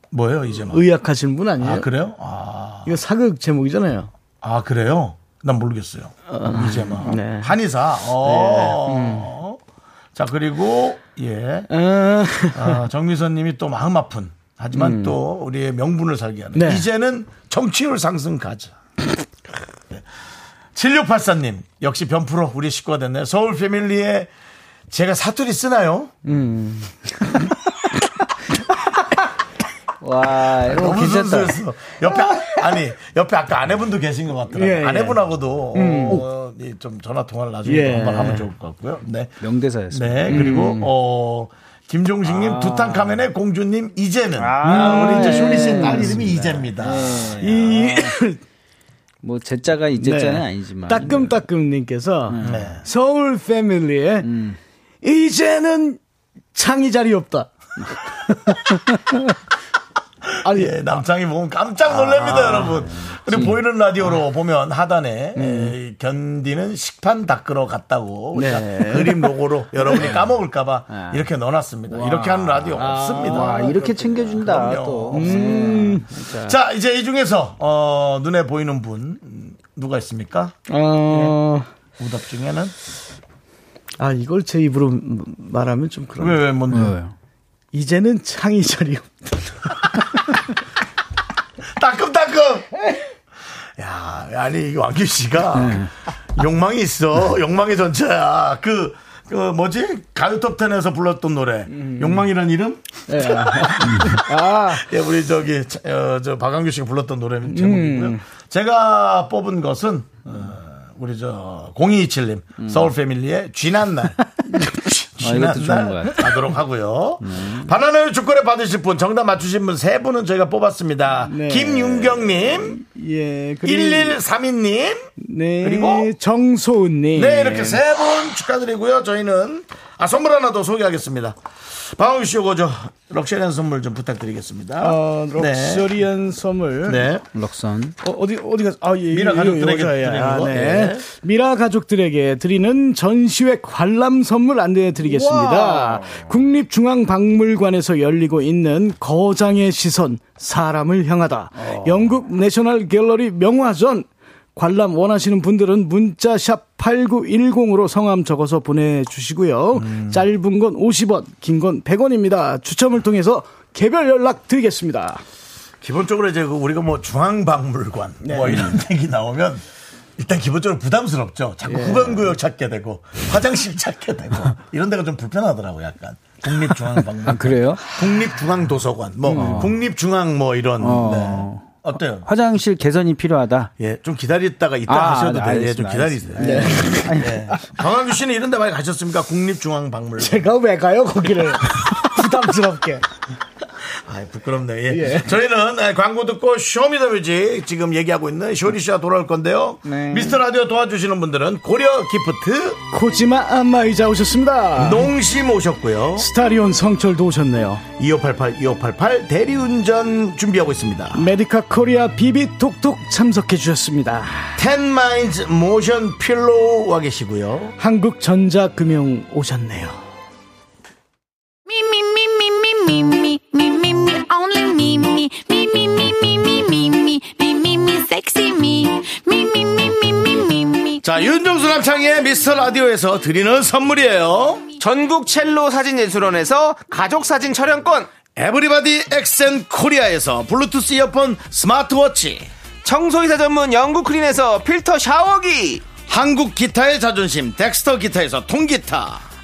Speaker 3: 뭐예요 이제마
Speaker 4: 의학하시는 분 아니에요?
Speaker 3: 아 그래요 아,
Speaker 4: 이거 사극 제목이잖아요.
Speaker 3: 아 그래요 난 모르겠어요 이제마
Speaker 4: 네. 음.
Speaker 3: 한의사 어. 자 그리고 예
Speaker 4: 아,
Speaker 3: 아, 정미선님이 또 마음 아픈 하지만 또 우리의 명분을 살게 하는
Speaker 4: 네.
Speaker 3: 이제는 정치율 상승 가자. 네. 7684님 역시 변프로 우리 식구가 됐네. 요 서울 패밀리에 제가 사투리 쓰나요?
Speaker 11: 음. 와, 이거
Speaker 3: 너무
Speaker 11: 괜찮다.
Speaker 3: 순수했어. 옆에 아- 아니 옆에 아까 아내분도 계신 것 같더라고요.
Speaker 4: 예, 예.
Speaker 3: 아내분하고도
Speaker 11: 음.
Speaker 3: 어, 이좀 전화 통화를 나중에
Speaker 4: 예.
Speaker 3: 또 한번 하면 좋을 것 같고요. 네,
Speaker 11: 명대사였어요.
Speaker 3: 네 그리고
Speaker 11: 음.
Speaker 3: 어. 김종식님,
Speaker 11: 아.
Speaker 3: 두탕카멘의 공주님, 음,
Speaker 11: 네.
Speaker 3: 네, 이제는. 우리 이제 쇼리 씨딸 이름이 이제입니다.
Speaker 4: 이
Speaker 11: 뭐 제자가 이 제자는 아니지만
Speaker 4: 따끔따끔님께서 네. 서울 패밀리의 이제는 창이 자리 없다.
Speaker 3: 아니 예, 남창이 보면 깜짝 놀랍니다
Speaker 11: 아,
Speaker 3: 여러분. 그리고 보이는 라디오로 보면 하단에
Speaker 11: 네.
Speaker 3: 에, 견디는 식판 닦으러 갔다고 우리가
Speaker 11: 네. 아.
Speaker 3: 그림 로고로 여러분이 까먹을까봐 이렇게 넣어놨습니다. 이렇게 하는 라디오 없습니다.
Speaker 11: 와, 이렇게 챙겨준다
Speaker 3: 그럼요.
Speaker 11: 또.
Speaker 3: 음.
Speaker 11: 진짜.
Speaker 3: 자 이제 이 중에서 어, 눈에 보이는 분 음, 누가 있습니까? 예?
Speaker 4: 어.
Speaker 3: 오답 중에는
Speaker 4: 아 이걸 제 입으로 음, 말하면 좀 그런.
Speaker 3: 왜, 왜, 뭔데? 왜요?
Speaker 4: 이제는 창이 자리 없다.
Speaker 3: 따끔따끔. 야, 아니 이 왕규 씨가
Speaker 11: 네.
Speaker 3: 욕망이 있어. 욕망의 전체야. 그, 그 뭐지 가요 톱텐에서 불렀던 노래.
Speaker 11: 음.
Speaker 3: 욕망이란 이름?
Speaker 11: 예. 아.
Speaker 3: 예, 우리 저기 차- 어, 저 박광규 씨가 불렀던 노래
Speaker 11: 음.
Speaker 3: 제목이고요. 제가 뽑은 것은 어, 우리 저 0227님 서울 패밀리의 쥐난 날.
Speaker 11: 음. 아,
Speaker 3: 지난
Speaker 11: 이것도 네. 좋은
Speaker 3: 날
Speaker 11: 거야.
Speaker 3: 가도록 하고요. 바나나의 주권을 받으실 분, 정답 맞추신 분 세 분은 저희가 뽑았습니다.
Speaker 4: 네.
Speaker 3: 김윤경님,
Speaker 4: 예. 그리고
Speaker 3: 1132님,
Speaker 4: 네.
Speaker 3: 그리고?
Speaker 4: 정소은님.
Speaker 3: 네, 이렇게 세 분 축하드리고요. 저희는 아, 선물 하나 더 소개하겠습니다. 방황규 씨, 요거 저 럭셔리한 선물 좀 부탁드리겠습니다.
Speaker 4: 어,
Speaker 3: 네.
Speaker 4: 럭셔리한 선물.
Speaker 3: 네.
Speaker 11: 럭선.
Speaker 4: 어, 어디 어디 가서 아 예,
Speaker 3: 미라
Speaker 4: 예,
Speaker 3: 가족들에게
Speaker 4: 예,
Speaker 3: 드리는
Speaker 4: 여자야.
Speaker 3: 거? 예.
Speaker 4: 미라 가족들에게 드리는 전시회 관람 선물 안내해 드리겠습니다. 국립중앙박물관에서 열리고 있는 거장의 시선 사람을 향하다.
Speaker 3: 어.
Speaker 4: 영국 내셔널 갤러리 명화전 관람 원하시는 분들은 문자 샵 8910으로 성함 적어서 보내주시고요.
Speaker 3: 음.
Speaker 4: 짧은 건 50원, 긴 건 100원입니다. 추첨을 통해서 개별 연락 드리겠습니다.
Speaker 3: 기본적으로 이제 그 우리가 뭐 중앙박물관 뭐 이런 얘기 나오면 일단 기본적으로 부담스럽죠. 자꾸 후방구역 찾게 되고 화장실 찾게 되고 이런 데가 좀 불편하더라고 약간. 국립중앙박물관.
Speaker 11: 아, 그래요? 음.
Speaker 3: 국립중앙도서관. 뭐 국립중앙 뭐 이런.
Speaker 11: 어.
Speaker 3: 네. 어때요?
Speaker 11: 화장실 개선이 필요하다.
Speaker 3: 예, 좀 기다렸다가 이따
Speaker 11: 아,
Speaker 3: 하셔도
Speaker 11: 네,
Speaker 3: 돼요. 예, 좀
Speaker 11: 알겠습니다, 네.
Speaker 3: 기다리세요. 예. 예. 강한규 씨는 이런 데 많이 가셨습니까? 국립중앙박물관.
Speaker 4: 제가 왜 가요 거기를 부담스럽게
Speaker 3: 아, 부끄럽네. 요 저희는 아, 광고 듣고 쇼미더뮤직 지금 얘기하고 있는 쇼리 씨와 돌아올 건데요.
Speaker 11: 네.
Speaker 3: 미스터 라디오 도와주시는 분들은 고려 기프트,
Speaker 4: 코지마 안마의자 오셨습니다
Speaker 3: 농심 오셨고요.
Speaker 4: 스타리온 성철도 오셨네요
Speaker 3: 2588, 2588 대리운전 준비하고 있습니다.
Speaker 4: 메디카 코리아 비비톡톡 참석해 주셨습니다
Speaker 3: 텐마인즈 모션 필로우 와 계시고요.
Speaker 4: 한국전자금융 오셨네요
Speaker 9: Me, me, me, me, me, me, me, me, me, me, only me, me, me, me, me, me, me, me, me, me, me, me, sexy me, me, me, me, me, me, me, me.
Speaker 3: 자, 윤종수 남창의 미스터 라디오에서 드리는 선물이에요.
Speaker 12: 전국 첼로 사진 예술원에서 가족 사진 촬영권,
Speaker 3: 에브리바디 엑센 코리아에서 블루투스 이어폰 스마트워치.
Speaker 12: 청소이사 전문 영국 크린에서 필터 샤워기,
Speaker 3: 한국 기타의 자존심 덱스터 기타에서 통기타.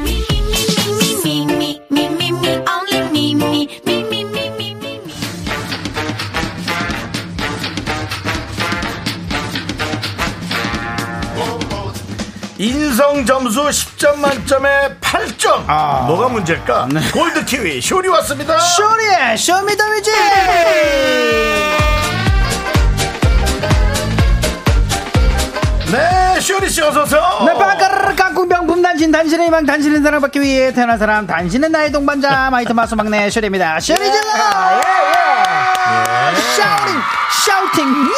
Speaker 9: Me, me, me, me, me, me, me, me, me, only me, me, me, me, me, me, me, me.
Speaker 3: 인성 점수 10점 만점에 8점 뭐가 문제일까 골드키위 쇼리 왔습니다
Speaker 11: 아. 네. 쇼리의 쇼미더뮤직!
Speaker 3: 네 쇼리씨 어서오세요
Speaker 11: 네, 빵가르르 깡꿍 명품 단신, 단신의 희망, 단신은 사랑받기 위해 태어난 사람, 단신은 나의 동반자, 마이트 마스 막내 쇼리입니다. 쇼리 질러! 예, 예! 샤우팅! 샤우팅!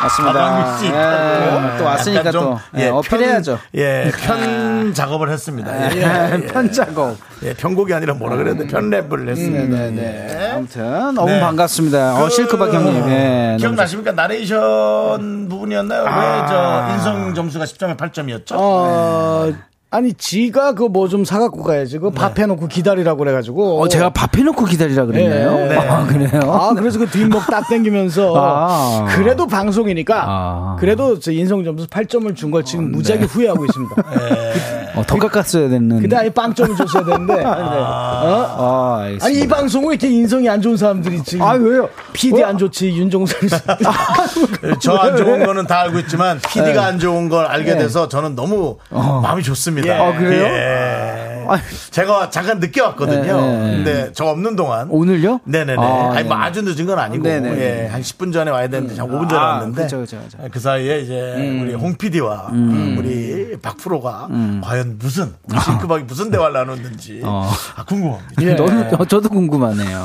Speaker 3: 박광규 씨 있다고.
Speaker 11: 아, 네. 또 왔으니까
Speaker 3: 아, 약간 좀,
Speaker 11: 또 예,
Speaker 3: 편-
Speaker 11: 어필해야죠. 아,
Speaker 3: 예, 편 작업을 했습니다. 예, 예.
Speaker 11: 편작업.
Speaker 3: 예, 편곡이 아니라 뭐라 그래야 돼? 편랩을 했습니다.
Speaker 11: 음, 네, 아무튼 너무
Speaker 3: 네.
Speaker 11: 반갑습니다. 어,
Speaker 3: 그-
Speaker 11: 실크박 형님. 예, 너무
Speaker 3: 기억나십니까?
Speaker 11: 아. 어, 네.
Speaker 3: 나레이션 부분이었나요? 왜 저 인성 점수가 10점에 8점이었죠?
Speaker 4: 어 아니 지가 그 뭐 좀 사갖고 가야지 그 밥 해놓고 기다리라고 그래가지고
Speaker 11: 어, 제가 밥 해놓고 기다리라 그랬나요?
Speaker 4: 네.
Speaker 11: 아, 그래요?
Speaker 4: 아 그래서 그 뒷목 딱 당기면서
Speaker 11: 아.
Speaker 4: 그래도 방송이니까
Speaker 11: 아. 네.
Speaker 4: 그래도 저 인성 점수 8점을 준 걸 지금 무지하게 후회하고 있습니다.
Speaker 11: 어, 더 깎았어야 됐는데.
Speaker 4: 근데 아예 빵점을 줬어야 되는데 어?
Speaker 11: 아, 알겠습니다.
Speaker 4: 아니 이 방송을 이렇게 인성이 안 좋은 사람들이 지금 아 왜요? PD 안 좋지 윤종선 씨.
Speaker 11: 아,
Speaker 3: 네, 저 안 좋은
Speaker 4: 왜?
Speaker 3: 거는 다 알고 있지만
Speaker 11: 네.
Speaker 3: PD가 안 좋은 걸 알게
Speaker 4: 예.
Speaker 3: 돼서 저는 너무 마음이 좋습니다.
Speaker 11: 예. 네. 아, 그래요? 아.
Speaker 3: 예. 제가 잠깐 늦게 왔거든요.
Speaker 11: 예, 예.
Speaker 3: 근데 저 없는 동안
Speaker 11: 오늘요?
Speaker 3: 네네네.
Speaker 11: 아,
Speaker 3: 아, 니
Speaker 11: 예.
Speaker 3: 뭐 아주 늦은 건 아니고
Speaker 11: 네네.
Speaker 3: 예, 한 10분 전에 와야 되는데 한 5분 전에
Speaker 11: 아,
Speaker 3: 왔는데
Speaker 11: 그쵸, 그쵸, 그쵸. 음.
Speaker 3: 그 사이에 이제 우리 홍 PD와 우리 박 프로가 과연 무슨 그 싱크박이 무슨 대화를 나눴는지
Speaker 11: 아. 어.
Speaker 3: 아, 궁금합니다.
Speaker 4: 예.
Speaker 11: 너무, 어, 저도 궁금하네요.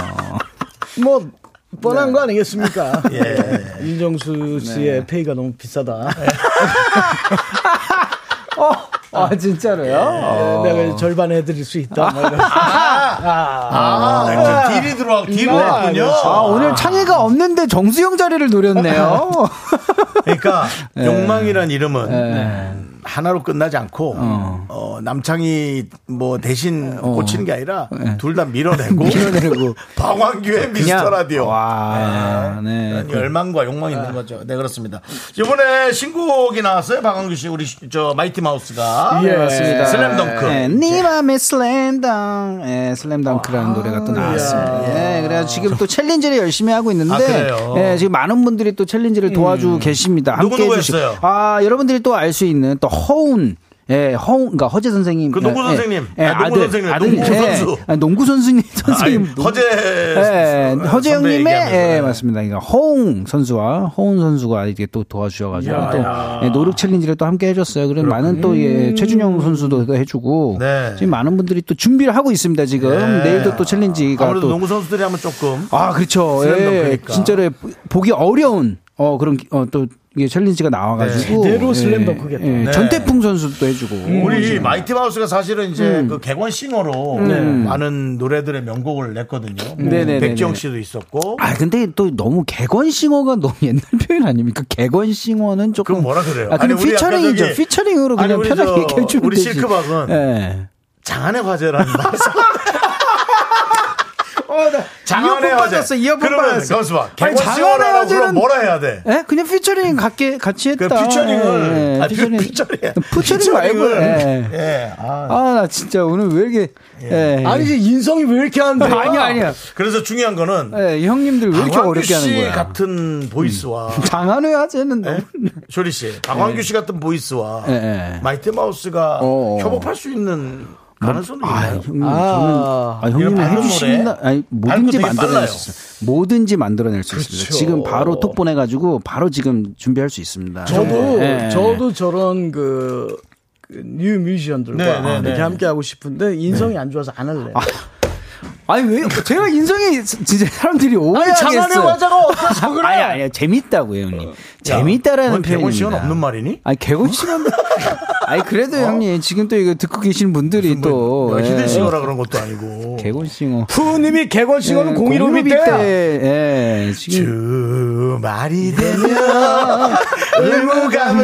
Speaker 4: 뭐
Speaker 11: 네.
Speaker 4: 뻔한 거 아니겠습니까?
Speaker 3: 예.
Speaker 4: 윤정수 씨의 페이가 너무 비싸다.
Speaker 11: 아, 진짜로요?
Speaker 4: 어. 내가 이제 절반 해드릴 수 있다. 뭐 이런.
Speaker 3: 아, 이렇게 딜이 들어와 딜을
Speaker 4: 이거야,
Speaker 3: 했군요.
Speaker 4: 그렇죠.
Speaker 11: 아, 오늘 창의가 없는데 정수영 자리를 노렸네요. 네.
Speaker 3: 그러니까 욕망이란 이름은 음, 하나로 끝나지 않고 어. 남창이 뭐 대신 고치는 게 아니라 둘 다 밀어내고,
Speaker 11: 어. 네. 밀어내고.
Speaker 3: 방황규의 미스터 라디오
Speaker 11: 와, 네.
Speaker 3: 이런 열망과 욕망이 있는 거죠. 네 그렇습니다. 이번에 신곡이 나왔어요. 방황규 씨 우리 저 마이티 마우스가
Speaker 4: 예, 맞습니다.
Speaker 3: 슬램덩크.
Speaker 11: 네, 네 맘의 슬램덩. 예,
Speaker 3: 아,
Speaker 11: 슬램덩크라는 노래가 또 나왔습니다. 예, 그래서 지금 또 챌린지를 열심히 하고
Speaker 3: 아,
Speaker 11: 있는데,
Speaker 3: 그래요? 음.
Speaker 11: 예, 지금 많은 분들이 또 챌린지를 도와주고 계십니다. 함께
Speaker 3: 누구누구
Speaker 11: 해주시고.
Speaker 3: 했어요?
Speaker 11: 아, 여러분들이 또 알 수 있는 또 허운. 예, 허운, 그러니까 허재 선생님.
Speaker 3: 그 농구
Speaker 11: 예,
Speaker 3: 선생님. 아니, 농구 선생님, 농구 선수.
Speaker 11: 아, 농구 선수님,
Speaker 3: 아니,
Speaker 11: 선생님. 농구-
Speaker 3: 허재
Speaker 11: 예,
Speaker 3: 선배
Speaker 11: 허재 형님의,
Speaker 3: 얘기하면서.
Speaker 11: 예, 맞습니다. 그러니까 허웅 선수와 허웅 선수가 이게 또 도와주셔가지고 또 예, 노력 챌린지를 또 함께 해줬어요. 그리고 많은 또 예, 최준영 선수도 또 해주고
Speaker 3: 음. 네. 예.
Speaker 11: 지금 많은 분들이 또 준비를 하고 있습니다. 지금 내일도 또 챌린지가
Speaker 3: 아무래도
Speaker 11: 또
Speaker 3: 농구 그러니까. 선수들이 하면 조금
Speaker 11: 아, 그렇죠. 예,
Speaker 3: 슬램덩크니까.
Speaker 11: 진짜로 예, 보기 어려운 어 그런 기- 어, 또 이게 챌린지가 나와가지고
Speaker 4: 네. 제대로 슬램덩크겠다.
Speaker 11: 예,
Speaker 3: 네. 음,
Speaker 11: 전태풍 선수도 또 해주고
Speaker 3: 우리 마이티 마우스가 사실은 이제
Speaker 11: 음.
Speaker 3: 그 개관 싱어로 많은 노래들의 명곡을 냈거든요. 뭐
Speaker 11: 네. 음. 네네네네.
Speaker 3: 백지영 씨도 있었고.
Speaker 11: 아 근데 또 너무 개건싱어가 너무 옛날 표현 아닙니까? 개건싱어는 조금
Speaker 3: 그럼 뭐라 그래요?
Speaker 11: 아, 그냥
Speaker 3: 아니, 우리
Speaker 11: 피처링이죠.
Speaker 3: 아까 저기-
Speaker 11: 피처링으로
Speaker 3: 아니,
Speaker 11: 그냥
Speaker 3: 우리
Speaker 11: 편하게
Speaker 3: 저-
Speaker 11: 얘기해 주면
Speaker 3: 우리
Speaker 11: 되지.
Speaker 3: 실크박은
Speaker 11: 예.
Speaker 3: 장안의 화제라는 말씀.
Speaker 11: 어, 나
Speaker 3: 장안의 화제. 그러면 잠시만. 개관 싱어라고 그럼 뭐라 해야 돼?
Speaker 11: 예? 그냥 피처링 같게 같이
Speaker 3: 그
Speaker 11: 했다.
Speaker 3: 피처링을
Speaker 11: 예,
Speaker 3: 아, 피처링
Speaker 11: 피처링
Speaker 3: 피처링
Speaker 11: 피처링 말고.
Speaker 3: 피처링을.
Speaker 11: 예.
Speaker 3: 예. 아.
Speaker 11: 아, 나 진짜 오늘 왜 이렇게 예.
Speaker 4: 아니 이제 인성이 왜 이렇게 안 돼?
Speaker 11: 아니야, 아니야.
Speaker 3: 그래서 중요한 거는
Speaker 11: 예, 이 형님들 왜 이렇게
Speaker 3: 박완규
Speaker 11: 어렵게 하는
Speaker 3: 씨
Speaker 11: 거야? 음.
Speaker 3: 같은 보이스와
Speaker 11: 장한우의 화제는
Speaker 4: 네.
Speaker 11: 너무
Speaker 3: 쇼리 씨, 박완규 씨 같은 보이스와
Speaker 11: 예, 예.
Speaker 3: 마이티 마우스가
Speaker 11: 어, 어.
Speaker 3: 협업할 수 있는 가능성이
Speaker 11: 아,
Speaker 3: 있나요?
Speaker 11: 형님, 저는, 아, 형님
Speaker 3: 이런
Speaker 11: 해주시나,
Speaker 3: 발음으로 해?
Speaker 11: 아니,
Speaker 3: 발음도
Speaker 11: 뭐든지
Speaker 3: 되게 빨라요.
Speaker 11: 만들어낼 수 있어요. 뭐든지 만들어낼 수 있습니다.
Speaker 3: 그렇죠.
Speaker 11: 지금 바로 톡 보내가지고, 바로 지금 준비할
Speaker 4: 아,
Speaker 11: 수 있습니다.
Speaker 4: 저도
Speaker 11: 예.
Speaker 4: 저도 저런 그. 그뉴 뮤지션들과
Speaker 3: 네, 네,
Speaker 4: 이렇게
Speaker 3: 네.
Speaker 4: 함께 하고 싶은데 인성이 안 좋아서 안 할래. 요
Speaker 11: 아니, 왜, 제가 인성이, 진짜 사람들이 오해하겠어요.
Speaker 4: 장안의 화자가 어때서 그래?
Speaker 11: 아니, 아니, 재밌다고요,
Speaker 3: 어.
Speaker 11: 형님. 재밌다라는
Speaker 3: 그건 뭐 개곤 씨는
Speaker 11: 표현입니다.
Speaker 3: 없는 말이니?
Speaker 11: 아니, 개곤 씨는. 아니,
Speaker 3: 어?
Speaker 11: 그래도 형님, 지금 또 이거 듣고 계신 분들이 또.
Speaker 3: 뭐,
Speaker 11: 예.
Speaker 3: 히든싱어라 그런 것도 아니고.
Speaker 11: 개곤 싱어.
Speaker 4: 푸님이 개건식은
Speaker 11: 예,
Speaker 4: 네, 공일오비
Speaker 11: 공일오비
Speaker 4: 때.
Speaker 11: 때, 예, 지금.
Speaker 3: 주말이
Speaker 11: 음.
Speaker 3: 되면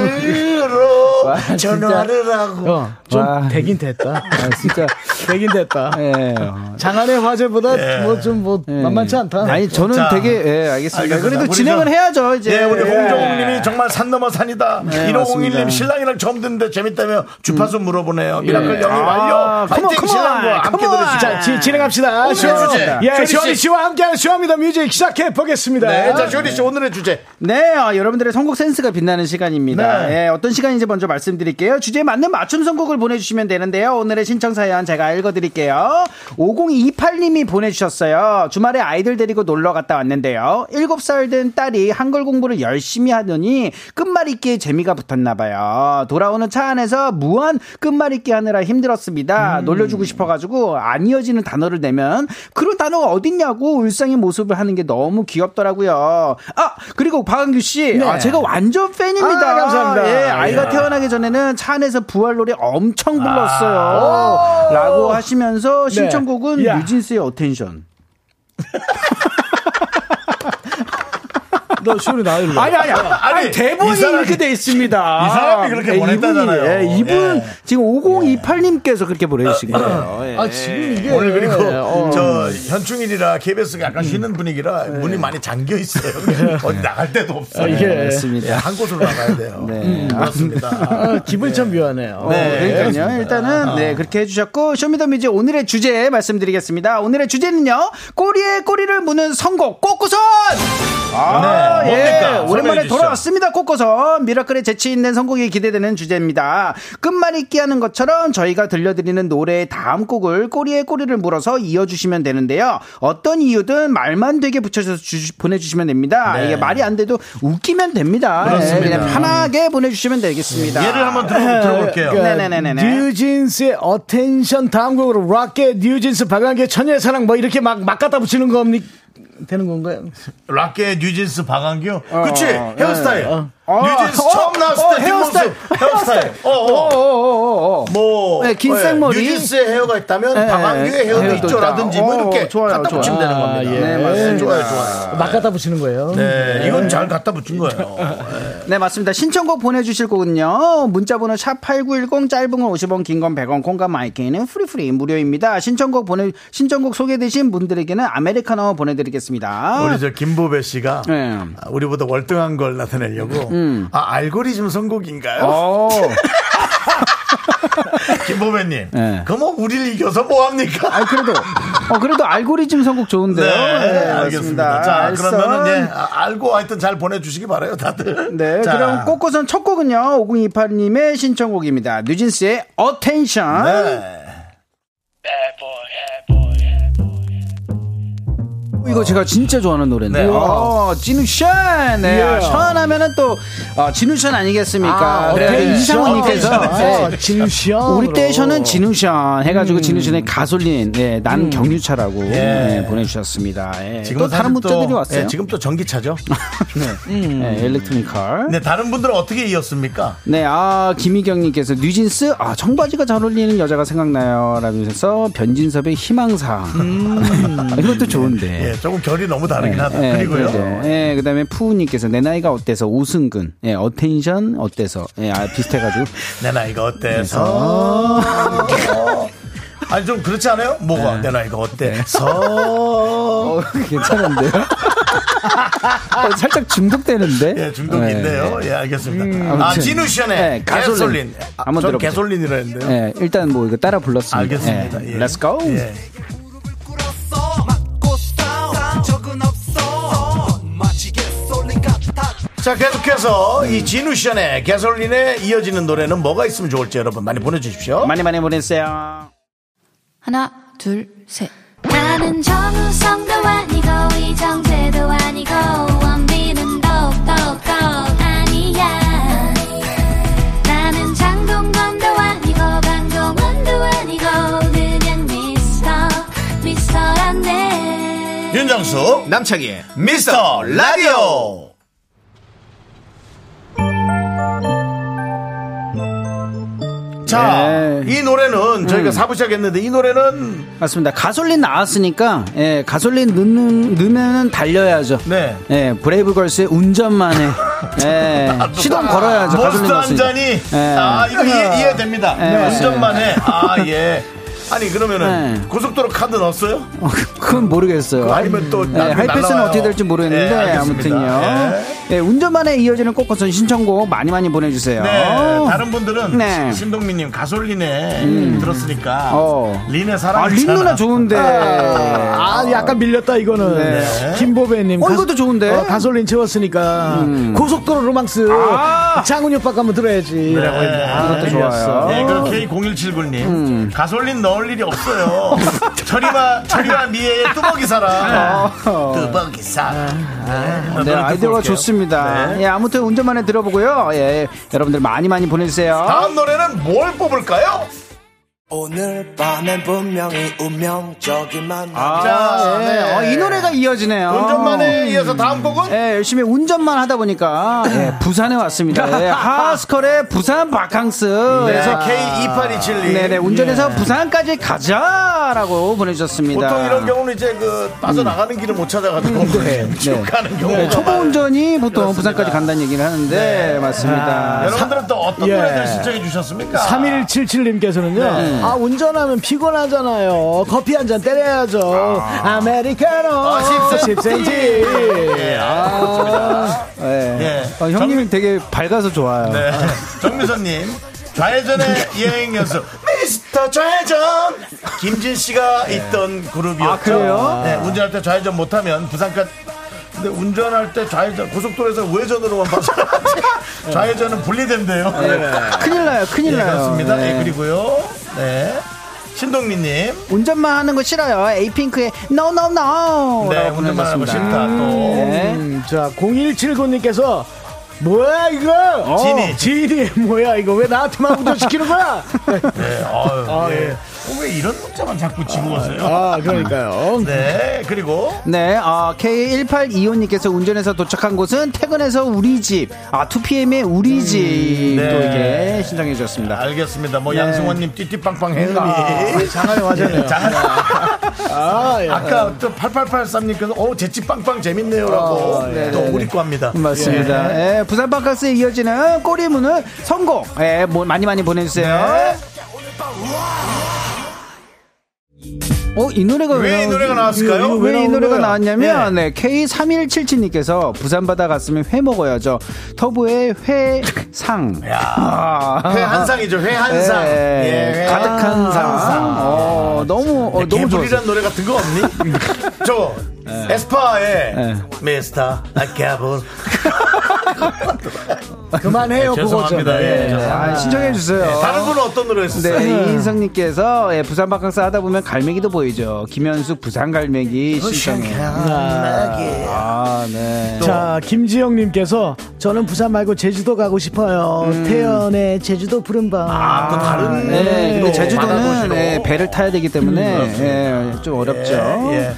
Speaker 3: 의무감으로
Speaker 11: 아, 진짜.
Speaker 3: 전화를 하고.
Speaker 4: 어, 좀
Speaker 11: 와.
Speaker 4: 되긴 됐다.
Speaker 11: 아, 진짜.
Speaker 4: 되긴 됐다.
Speaker 11: 예. 어.
Speaker 4: 장안의 화제보다 뭐 좀 뭐
Speaker 11: 예.
Speaker 4: 만만치 않다.
Speaker 11: 아니 저는
Speaker 3: 자.
Speaker 11: 되게 예 알겠습니다.
Speaker 3: 알겠습니다.
Speaker 11: 그래도
Speaker 3: 우리
Speaker 11: 진행을
Speaker 3: 저-
Speaker 11: 해야죠 이제.
Speaker 3: 예, 우리
Speaker 11: 예.
Speaker 3: 홍정욱님이 정말 산 넘어 산이다.
Speaker 11: 네,
Speaker 3: 1501님
Speaker 11: 맞습니다. 음.
Speaker 3: 신랑이랑 처음 듣는데 재밌다며 주파수 물어보네요. 미라클
Speaker 11: 예.
Speaker 3: 영입 완료.
Speaker 11: 아,
Speaker 3: 파이팅
Speaker 11: 컴온, 컴온.
Speaker 3: 신랑과 함께
Speaker 11: 컴온.
Speaker 3: 들으시죠.
Speaker 4: 자, 지- 진행합시다. 시원,
Speaker 3: 주제.
Speaker 4: 예,
Speaker 3: 쇼리 씨.
Speaker 4: 시원이 씨와 함께하는 쇼합니다 뮤직 시작해 보겠습니다.
Speaker 3: 네, 자, 쇼리 씨 오늘의 주제.
Speaker 11: 네, 어, 여러분들의 선곡 센스가 빛나는 시간입니다.
Speaker 3: 네.
Speaker 11: 예, 어떤 시간인지 먼저 말씀드릴게요. 주제에 맞는 맞춤 선곡을 보내주시면 되는데요. 오늘의 신청 사연 제가 읽어드릴게요. 5028님이 보내주셨어요. 주말에 아이들 데리고 놀러 갔다 왔는데요. 7살 된 딸이 한글 공부를 열심히 하더니 끝말잇기에 재미가 붙었나봐요. 돌아오는 차 안에서 무한 끝말잇기 하느라 힘들었습니다.
Speaker 4: 음.
Speaker 11: 놀려주고 싶어가지고 안 이어지는 단어를 내면 그런 단어가 어딨냐고 울상의 모습을 하는 게 너무 귀엽더라고요. 아 그리고 박은규 씨, 아, 제가 완전 팬입니다.
Speaker 4: 네. 아, 감사합니다.
Speaker 11: 예, 아이가 태어나기 전에는 차 안에서 부활 노래 엄청 불렀어요.
Speaker 4: 아.
Speaker 11: 라고 하시면서 신청곡은
Speaker 4: 예. 야.
Speaker 11: 뮤진스의 어텐션.
Speaker 4: 너 시원이 나 일로.
Speaker 11: 아니, 아니, 아니. 어. 아니, 대본이 이렇게 돼 있습니다.
Speaker 3: 이 사람이 그렇게
Speaker 11: 예,
Speaker 3: 보냈다잖아요.
Speaker 11: 이분이, 예, 이분, 지금 5028님께서 그렇게 보내주신 거예요. 예.
Speaker 3: 아, 지금 이게. 오늘 그리고
Speaker 11: 네. 어.
Speaker 3: 저 현충일이라 KBS가 약간 쉬는 분위기라
Speaker 11: 음. 네.
Speaker 3: 문이 많이 잠겨 있어요. 어디 나갈 데도 없어요.
Speaker 4: 아, 예. 맞습니다.
Speaker 3: 예, 한 곳으로 나가야 돼요.
Speaker 11: 네.
Speaker 3: 음, 그렇습니다.
Speaker 4: 아, 기분이 참 묘하네요.
Speaker 11: 네, 그러니까요.
Speaker 4: 그렇습니다.
Speaker 11: 일단은
Speaker 3: 아.
Speaker 11: 네 그렇게 해주셨고 쇼미더뮤직 오늘의 주제 말씀드리겠습니다. 오늘의 주제는요 꼬리에 꼬리를 무는 선곡 꼬꼬선. 아,
Speaker 3: 네, 뭡니까?
Speaker 11: 예, 오랜만에
Speaker 3: 설명해 주시죠.
Speaker 11: 돌아왔습니다. 꼬꼬선 미라클의 재치 있는 선곡이 기대되는 주제입니다. 끝말잇기 하는 것처럼 저희가 들려드리는 노래의 다음 곡을 꼬리에 꼬리를 물어서 이어주시면 되는데요. 어떤 이유든 말만 되게 붙여서 주- 보내주시면 됩니다.
Speaker 3: 네.
Speaker 11: 이게 말이 안 돼도 웃기면 됩니다. 예,
Speaker 3: 그렇습니다.
Speaker 11: 그냥 편하게 보내주시면 되겠습니다.
Speaker 3: 예를 한번 들어, 들어볼게요.
Speaker 11: 네. 네네네네네.
Speaker 4: 뉴진스의 어텐션 다음 곡으로 락의 뉴진스 박완계 천녀의 사랑 뭐 이렇게 막, 막 갖다 붙이는 겁니 되는 건가요?
Speaker 3: 락계 뉴진스 박한규. 그치? 헤어스타일.
Speaker 11: 예. 어.
Speaker 3: 뉴진스
Speaker 11: 어,
Speaker 3: 처음 나왔을
Speaker 11: 어,
Speaker 3: 때
Speaker 11: 헤어스타일.
Speaker 3: 뒷모습, 헤어스타일. 어, 어.
Speaker 11: 어어어어어.
Speaker 3: 뭐
Speaker 11: 네, 긴 생머리.
Speaker 3: 뉴진스의 헤어가 있다면
Speaker 11: 네,
Speaker 3: 박완규의 헤어도
Speaker 11: 헤어도 있다.
Speaker 3: 있죠라든지 뭐
Speaker 11: 어,
Speaker 3: 이렇게
Speaker 11: 좋아요,
Speaker 3: 갖다
Speaker 11: 좋아요.
Speaker 3: 붙이면 되는
Speaker 4: 아,
Speaker 3: 겁니다.
Speaker 4: 예. 네,
Speaker 11: 맞습니다.
Speaker 3: 좋아요, 좋아요.
Speaker 4: 막 갖다 붙이는 거예요.
Speaker 3: 네, 이건 잘 갖다 붙인 거예요.
Speaker 11: 네, 맞습니다. 신청곡 보내주실 거군요. 문자번호 샵8910, 짧은 건 50원, 긴 건 100원, 콩과 마이크는 프리프리, 무료입니다. 신청곡 보내, 신청곡 소개되신 분들에게는 아메리카노 보내드리겠습니다.
Speaker 3: 우리 저 김보배 씨가
Speaker 11: 네. 음.
Speaker 3: 아, 우리보다 월등한 걸 나타내려고 아 알고리즘 선곡인가요?
Speaker 11: 어.
Speaker 3: 김보배님,
Speaker 11: 네.
Speaker 3: 그럼 뭐 우리를 이겨서 뭐 합니까?
Speaker 11: 아, 그래도, 어, 그래도 알고리즘 선곡 좋은데요.
Speaker 3: 알겠습니다. 네, 자,
Speaker 11: 네, 알선.
Speaker 3: 그러면은 예, 아, 알고 하여튼 잘 보내주시기 바라요, 다들.
Speaker 11: 네,
Speaker 3: 자,
Speaker 11: 그럼 꽃꽃은 첫 곡은요, 5028님의 신청곡입니다. 뉴진스의 어텐션.
Speaker 3: 네.
Speaker 11: 이거 제가 진짜 좋아하는 노래인데.
Speaker 3: 네.
Speaker 11: 어, 진우션! 네. 아, 션 하면은 또, 아, 진우션 아니겠습니까?
Speaker 4: 아,
Speaker 11: 네.
Speaker 4: 어텐션.
Speaker 11: 이상훈님께서.
Speaker 4: 아,
Speaker 11: 네.
Speaker 4: 진우션.
Speaker 11: 우리 때 션은 진우션 해가지고 진우션의 가솔린, 네, 난 경유차라고 네, 보내주셨습니다. 예.
Speaker 3: 예. 지금은
Speaker 11: 또 다른
Speaker 3: 사실 또,
Speaker 11: 문자들이 왔어요.
Speaker 3: 예, 지금 또 전기차죠.
Speaker 11: 네, 엘렉트로니컬.
Speaker 3: 근데 다른 분들은 어떻게 이었습니까?
Speaker 11: 네, 아, 김희경님께서 뉴진스, 아, 청바지가 잘 어울리는 여자가 생각나요. 라면서 변진섭의 희망사항. 이것도 좋은데.
Speaker 3: 예, 조금 결이 너무 다르긴 하다.
Speaker 11: 예,
Speaker 3: 음. 그리고요.
Speaker 11: 그러죠. 예, 그 다음에 푸우님께서 내 나이가 어때서 오승근. 예, 어텐션 어때서. 예, 아, 비슷해가지고.
Speaker 3: 내 나이가 어때서? 아니 좀 그렇지 않아요? 뭐가
Speaker 11: 네.
Speaker 3: 내 나이가 어때서?
Speaker 11: 어, 괜찮은데요? 어, 살짝 중독되는데?
Speaker 3: 예 중독인데요.
Speaker 11: 예,
Speaker 3: 예 알겠습니다.
Speaker 11: 네. 아무튼.
Speaker 3: 아 진우션의
Speaker 11: 예, 가솔린.
Speaker 3: 가솔린. 아,
Speaker 11: 한번
Speaker 3: 전
Speaker 11: 들어보세요.
Speaker 3: 개솔린이라 했는데요.
Speaker 11: 예. 예, 일단 뭐 이거 따라 불렀습니다.
Speaker 3: 알겠습니다.
Speaker 11: 예,
Speaker 3: 예.
Speaker 11: Let's go!
Speaker 3: 예. 자 계속해서 이 진우션의 개솔린에 이어지는 노래는 뭐가 있으면 좋을지 여러분 많이 보내주십시오.
Speaker 11: 많이 많이 보내주세요.
Speaker 7: 하나, 둘, 셋.
Speaker 9: 나는 정우성도 아니고 이정재도 아니고 원빈은 더욱더 아니야 나는 장동건도 아니고 강동원도 아니고 그냥 미스터 미스터란데
Speaker 3: 예. 윤정수 남창희 미스터 라디오 자,
Speaker 11: 네.
Speaker 3: 이 노래는 저희가 사부 시작했는데 이 노래는
Speaker 11: 맞습니다. 가솔린 나왔으니까 예, 가솔린 넣는 넣으면은 달려야죠.
Speaker 3: 네.
Speaker 11: 예, 브레이브걸스의 운전만에 예, 시동 걸어야죠. 가솔린
Speaker 3: 머스트 한
Speaker 11: 넣었으니까.
Speaker 3: 잔이
Speaker 11: 예.
Speaker 3: 아, 이거 이해, 이해됩니다.
Speaker 11: 네, 맞습니다.
Speaker 3: 운전만 해. 아, 예. 아니 그러면은
Speaker 11: 네.
Speaker 3: 고속도로 카드 넣었어요?
Speaker 11: 어, 그건 모르겠어요.
Speaker 3: 아니면 또
Speaker 11: 예,
Speaker 3: 나중에
Speaker 11: 하이패스는
Speaker 3: 날라와요.
Speaker 11: 어떻게 될지 모르겠는데
Speaker 3: 예, 알겠습니다.
Speaker 11: 아무튼요. 예, 운전만에 이어지는 꽃꽃선 신청곡 많이 많이 보내주세요.
Speaker 3: 네, 다른 분들은
Speaker 11: 네. 음.
Speaker 3: 신동민님 가솔린에 들었으니까
Speaker 11: 어.
Speaker 3: 린의 사랑
Speaker 11: 아, 린 누나 좋은데.
Speaker 4: 아, 약간 밀렸다 이거는.
Speaker 3: 네.
Speaker 4: 김보배님.
Speaker 11: 어,
Speaker 4: 가-
Speaker 11: 이것도 좋은데. 음.
Speaker 4: 어, 가솔린 채웠으니까 고속도로 로망스
Speaker 11: 아!
Speaker 4: 장훈이 오빠 가면 들어야지라고
Speaker 3: 네.
Speaker 4: 했는데
Speaker 3: 아,
Speaker 11: 이것도 좋아요. 어. 음.
Speaker 3: 네, 그리고 K0179님. 가솔린 넣을 일이 없어요. 저리마, 저리마 미애의 뚜벅이 사랑.
Speaker 11: 어.
Speaker 3: 뚜벅이 사랑. 네,
Speaker 11: 네,
Speaker 3: 노래 듣고
Speaker 11: 아이디어가
Speaker 3: 올게요.
Speaker 11: 좋습니다.
Speaker 3: 네.
Speaker 11: 예, 아무튼 운전만에 예.
Speaker 4: 아,
Speaker 11: 들어보고요. 예, 여러분들 많이 많이 보내주세요.
Speaker 3: 다음 노래는 뭘 뽑을까요?
Speaker 13: 오늘 밤엔 분명히 운명적인 만남.
Speaker 11: 아, 예.
Speaker 4: 네.
Speaker 3: 네.
Speaker 11: 어, 이 노래가 이어지네요.
Speaker 13: 운전만에 이어서
Speaker 3: 다음 곡은?
Speaker 11: 예, 열심히 운전만 하다 보니까
Speaker 4: 네.
Speaker 11: 예, 부산에 왔습니다. 예, 하스컬의 부산 바캉스에서
Speaker 3: 네, K2827님.
Speaker 11: 네네 운전해서
Speaker 3: 예.
Speaker 11: 부산까지 가자라고 보내주셨습니다.
Speaker 3: 네. 보통 이런 경우는 이제 그 빠져나가는 길을 못 찾아가지고 쭉 가는 경우가
Speaker 11: 음, 네, 초보 운전이 보통 부산까지 간다는 얘기를 하는데 맞습니다.
Speaker 3: 아, 여러분들은 또 어떤
Speaker 11: 예.
Speaker 3: 노래들 신청해 주셨습니까?
Speaker 4: 3177님께서는요.
Speaker 3: 네.
Speaker 4: 아, 운전하면 피곤하잖아요. 커피 한 잔 때려야죠. 아. 메리카노
Speaker 3: 아, 10cm.
Speaker 4: 10cm.
Speaker 3: 예, 아, 좋습니다.
Speaker 11: 예.
Speaker 3: 예.
Speaker 11: 어, 형님 되게 밝아서 좋아요.
Speaker 3: 네. 정미선님. 좌회전의 여행 연습. 미스터 좌회전! 김진 씨가 있던 그룹이었죠.
Speaker 11: 네. 아, 그래요?
Speaker 3: 네, 운전할 때 좌회전 못하면 부산까지. 근데 운전할 때 좌회전, 고속도로에서 우회전으로만 봐서 좌회전은 분리된대요.
Speaker 11: 큰일 나요, 네. 큰일
Speaker 3: 예,
Speaker 11: 나요.
Speaker 3: 그렇습니다.
Speaker 11: 네.
Speaker 3: 예, 그리고요. 네. 신동민님.
Speaker 11: 운전만 하는 거 싫어요. 에이핑크의 No No No. 네.
Speaker 3: 네, 운전만 하고 싶다. 또.
Speaker 4: 음, 자, 0179님께서 뭐야 이거? 어,
Speaker 3: 지니.
Speaker 4: 지니 뭐야 이거 왜 나한테만 운전시키는 거야?
Speaker 3: 네, 아유,
Speaker 4: 아,
Speaker 3: 예.
Speaker 4: 예.
Speaker 3: 어, 왜 이런 문자만 자꾸 지고 오세요?
Speaker 4: 아, 그러니까요.
Speaker 3: 네, 그리고
Speaker 11: 네, 아, K1825님께서 운전해서 도착한 곳은 퇴근해서 우리 집. 아, 2PM의
Speaker 4: 음,
Speaker 11: 우리 집도
Speaker 3: 네.
Speaker 11: 이게 신청해 주셨습니다.
Speaker 3: 알겠습니다. 뭐
Speaker 11: 네.
Speaker 3: 양승원님 띠띠빵빵 행님
Speaker 4: 아, 장하영 하잖아요. 아, 예.
Speaker 3: 아까 또 8883님께서 어 제치 빵빵 재밌네요라고
Speaker 11: 아,
Speaker 4: 예.
Speaker 11: 네,
Speaker 3: 또
Speaker 11: 네, 네.
Speaker 3: 우리 겁니다.
Speaker 11: 맞습니다.
Speaker 3: 예.
Speaker 11: 예, 부산 바캉스에 이어지는 꼬리문을 성공. 예, 뭐 많이 많이
Speaker 3: 네.
Speaker 11: 보내주세요. 어, 이 노래가
Speaker 3: 왜이
Speaker 11: 나오지?
Speaker 3: 노래가 나왔을까요?
Speaker 11: 왜
Speaker 3: 왜
Speaker 11: 이
Speaker 3: 나온
Speaker 11: 노래가
Speaker 3: 거야?
Speaker 11: 나왔냐면, 네, K3177님께서 부산바다 갔으면 회 먹어야죠. 터보의 회상. 아.
Speaker 3: 회 한상이죠. 회 한상.
Speaker 11: 예,
Speaker 3: 예, 회
Speaker 11: 가득한
Speaker 3: 한상.
Speaker 11: 상. 어, 너무, 어, 너무 좋았어요. 네.
Speaker 3: 개불이란 노래 같은 거 없니? 저 에스파의 미스터 개불.
Speaker 4: 그만해요,
Speaker 3: 네,
Speaker 4: 그거 좀.
Speaker 3: 죄송합니다. 예,
Speaker 4: 예.
Speaker 3: 죄송합니다.
Speaker 11: 아, 신청해 주세요.
Speaker 3: 예, 다른 분은 어떤 노래 했었어요?
Speaker 11: 네, 이인성님께서 예, 부산 바캉스 하다 보면 갈매기도 보이죠. 김현숙 부산 갈매기 신청해. 아, 네.
Speaker 4: 자, 김지영님께서 저는 부산 말고 제주도 가고 싶어요.
Speaker 11: 음.
Speaker 4: 태연의 제주도 푸른 밤.
Speaker 3: 아, 또 다른
Speaker 11: 네, 근데
Speaker 3: 또
Speaker 11: 제주도는
Speaker 3: 바다도시로. 음,
Speaker 11: 예, 배를 타야 되기 때문에 예, 좀 어렵죠.
Speaker 3: 예, 예.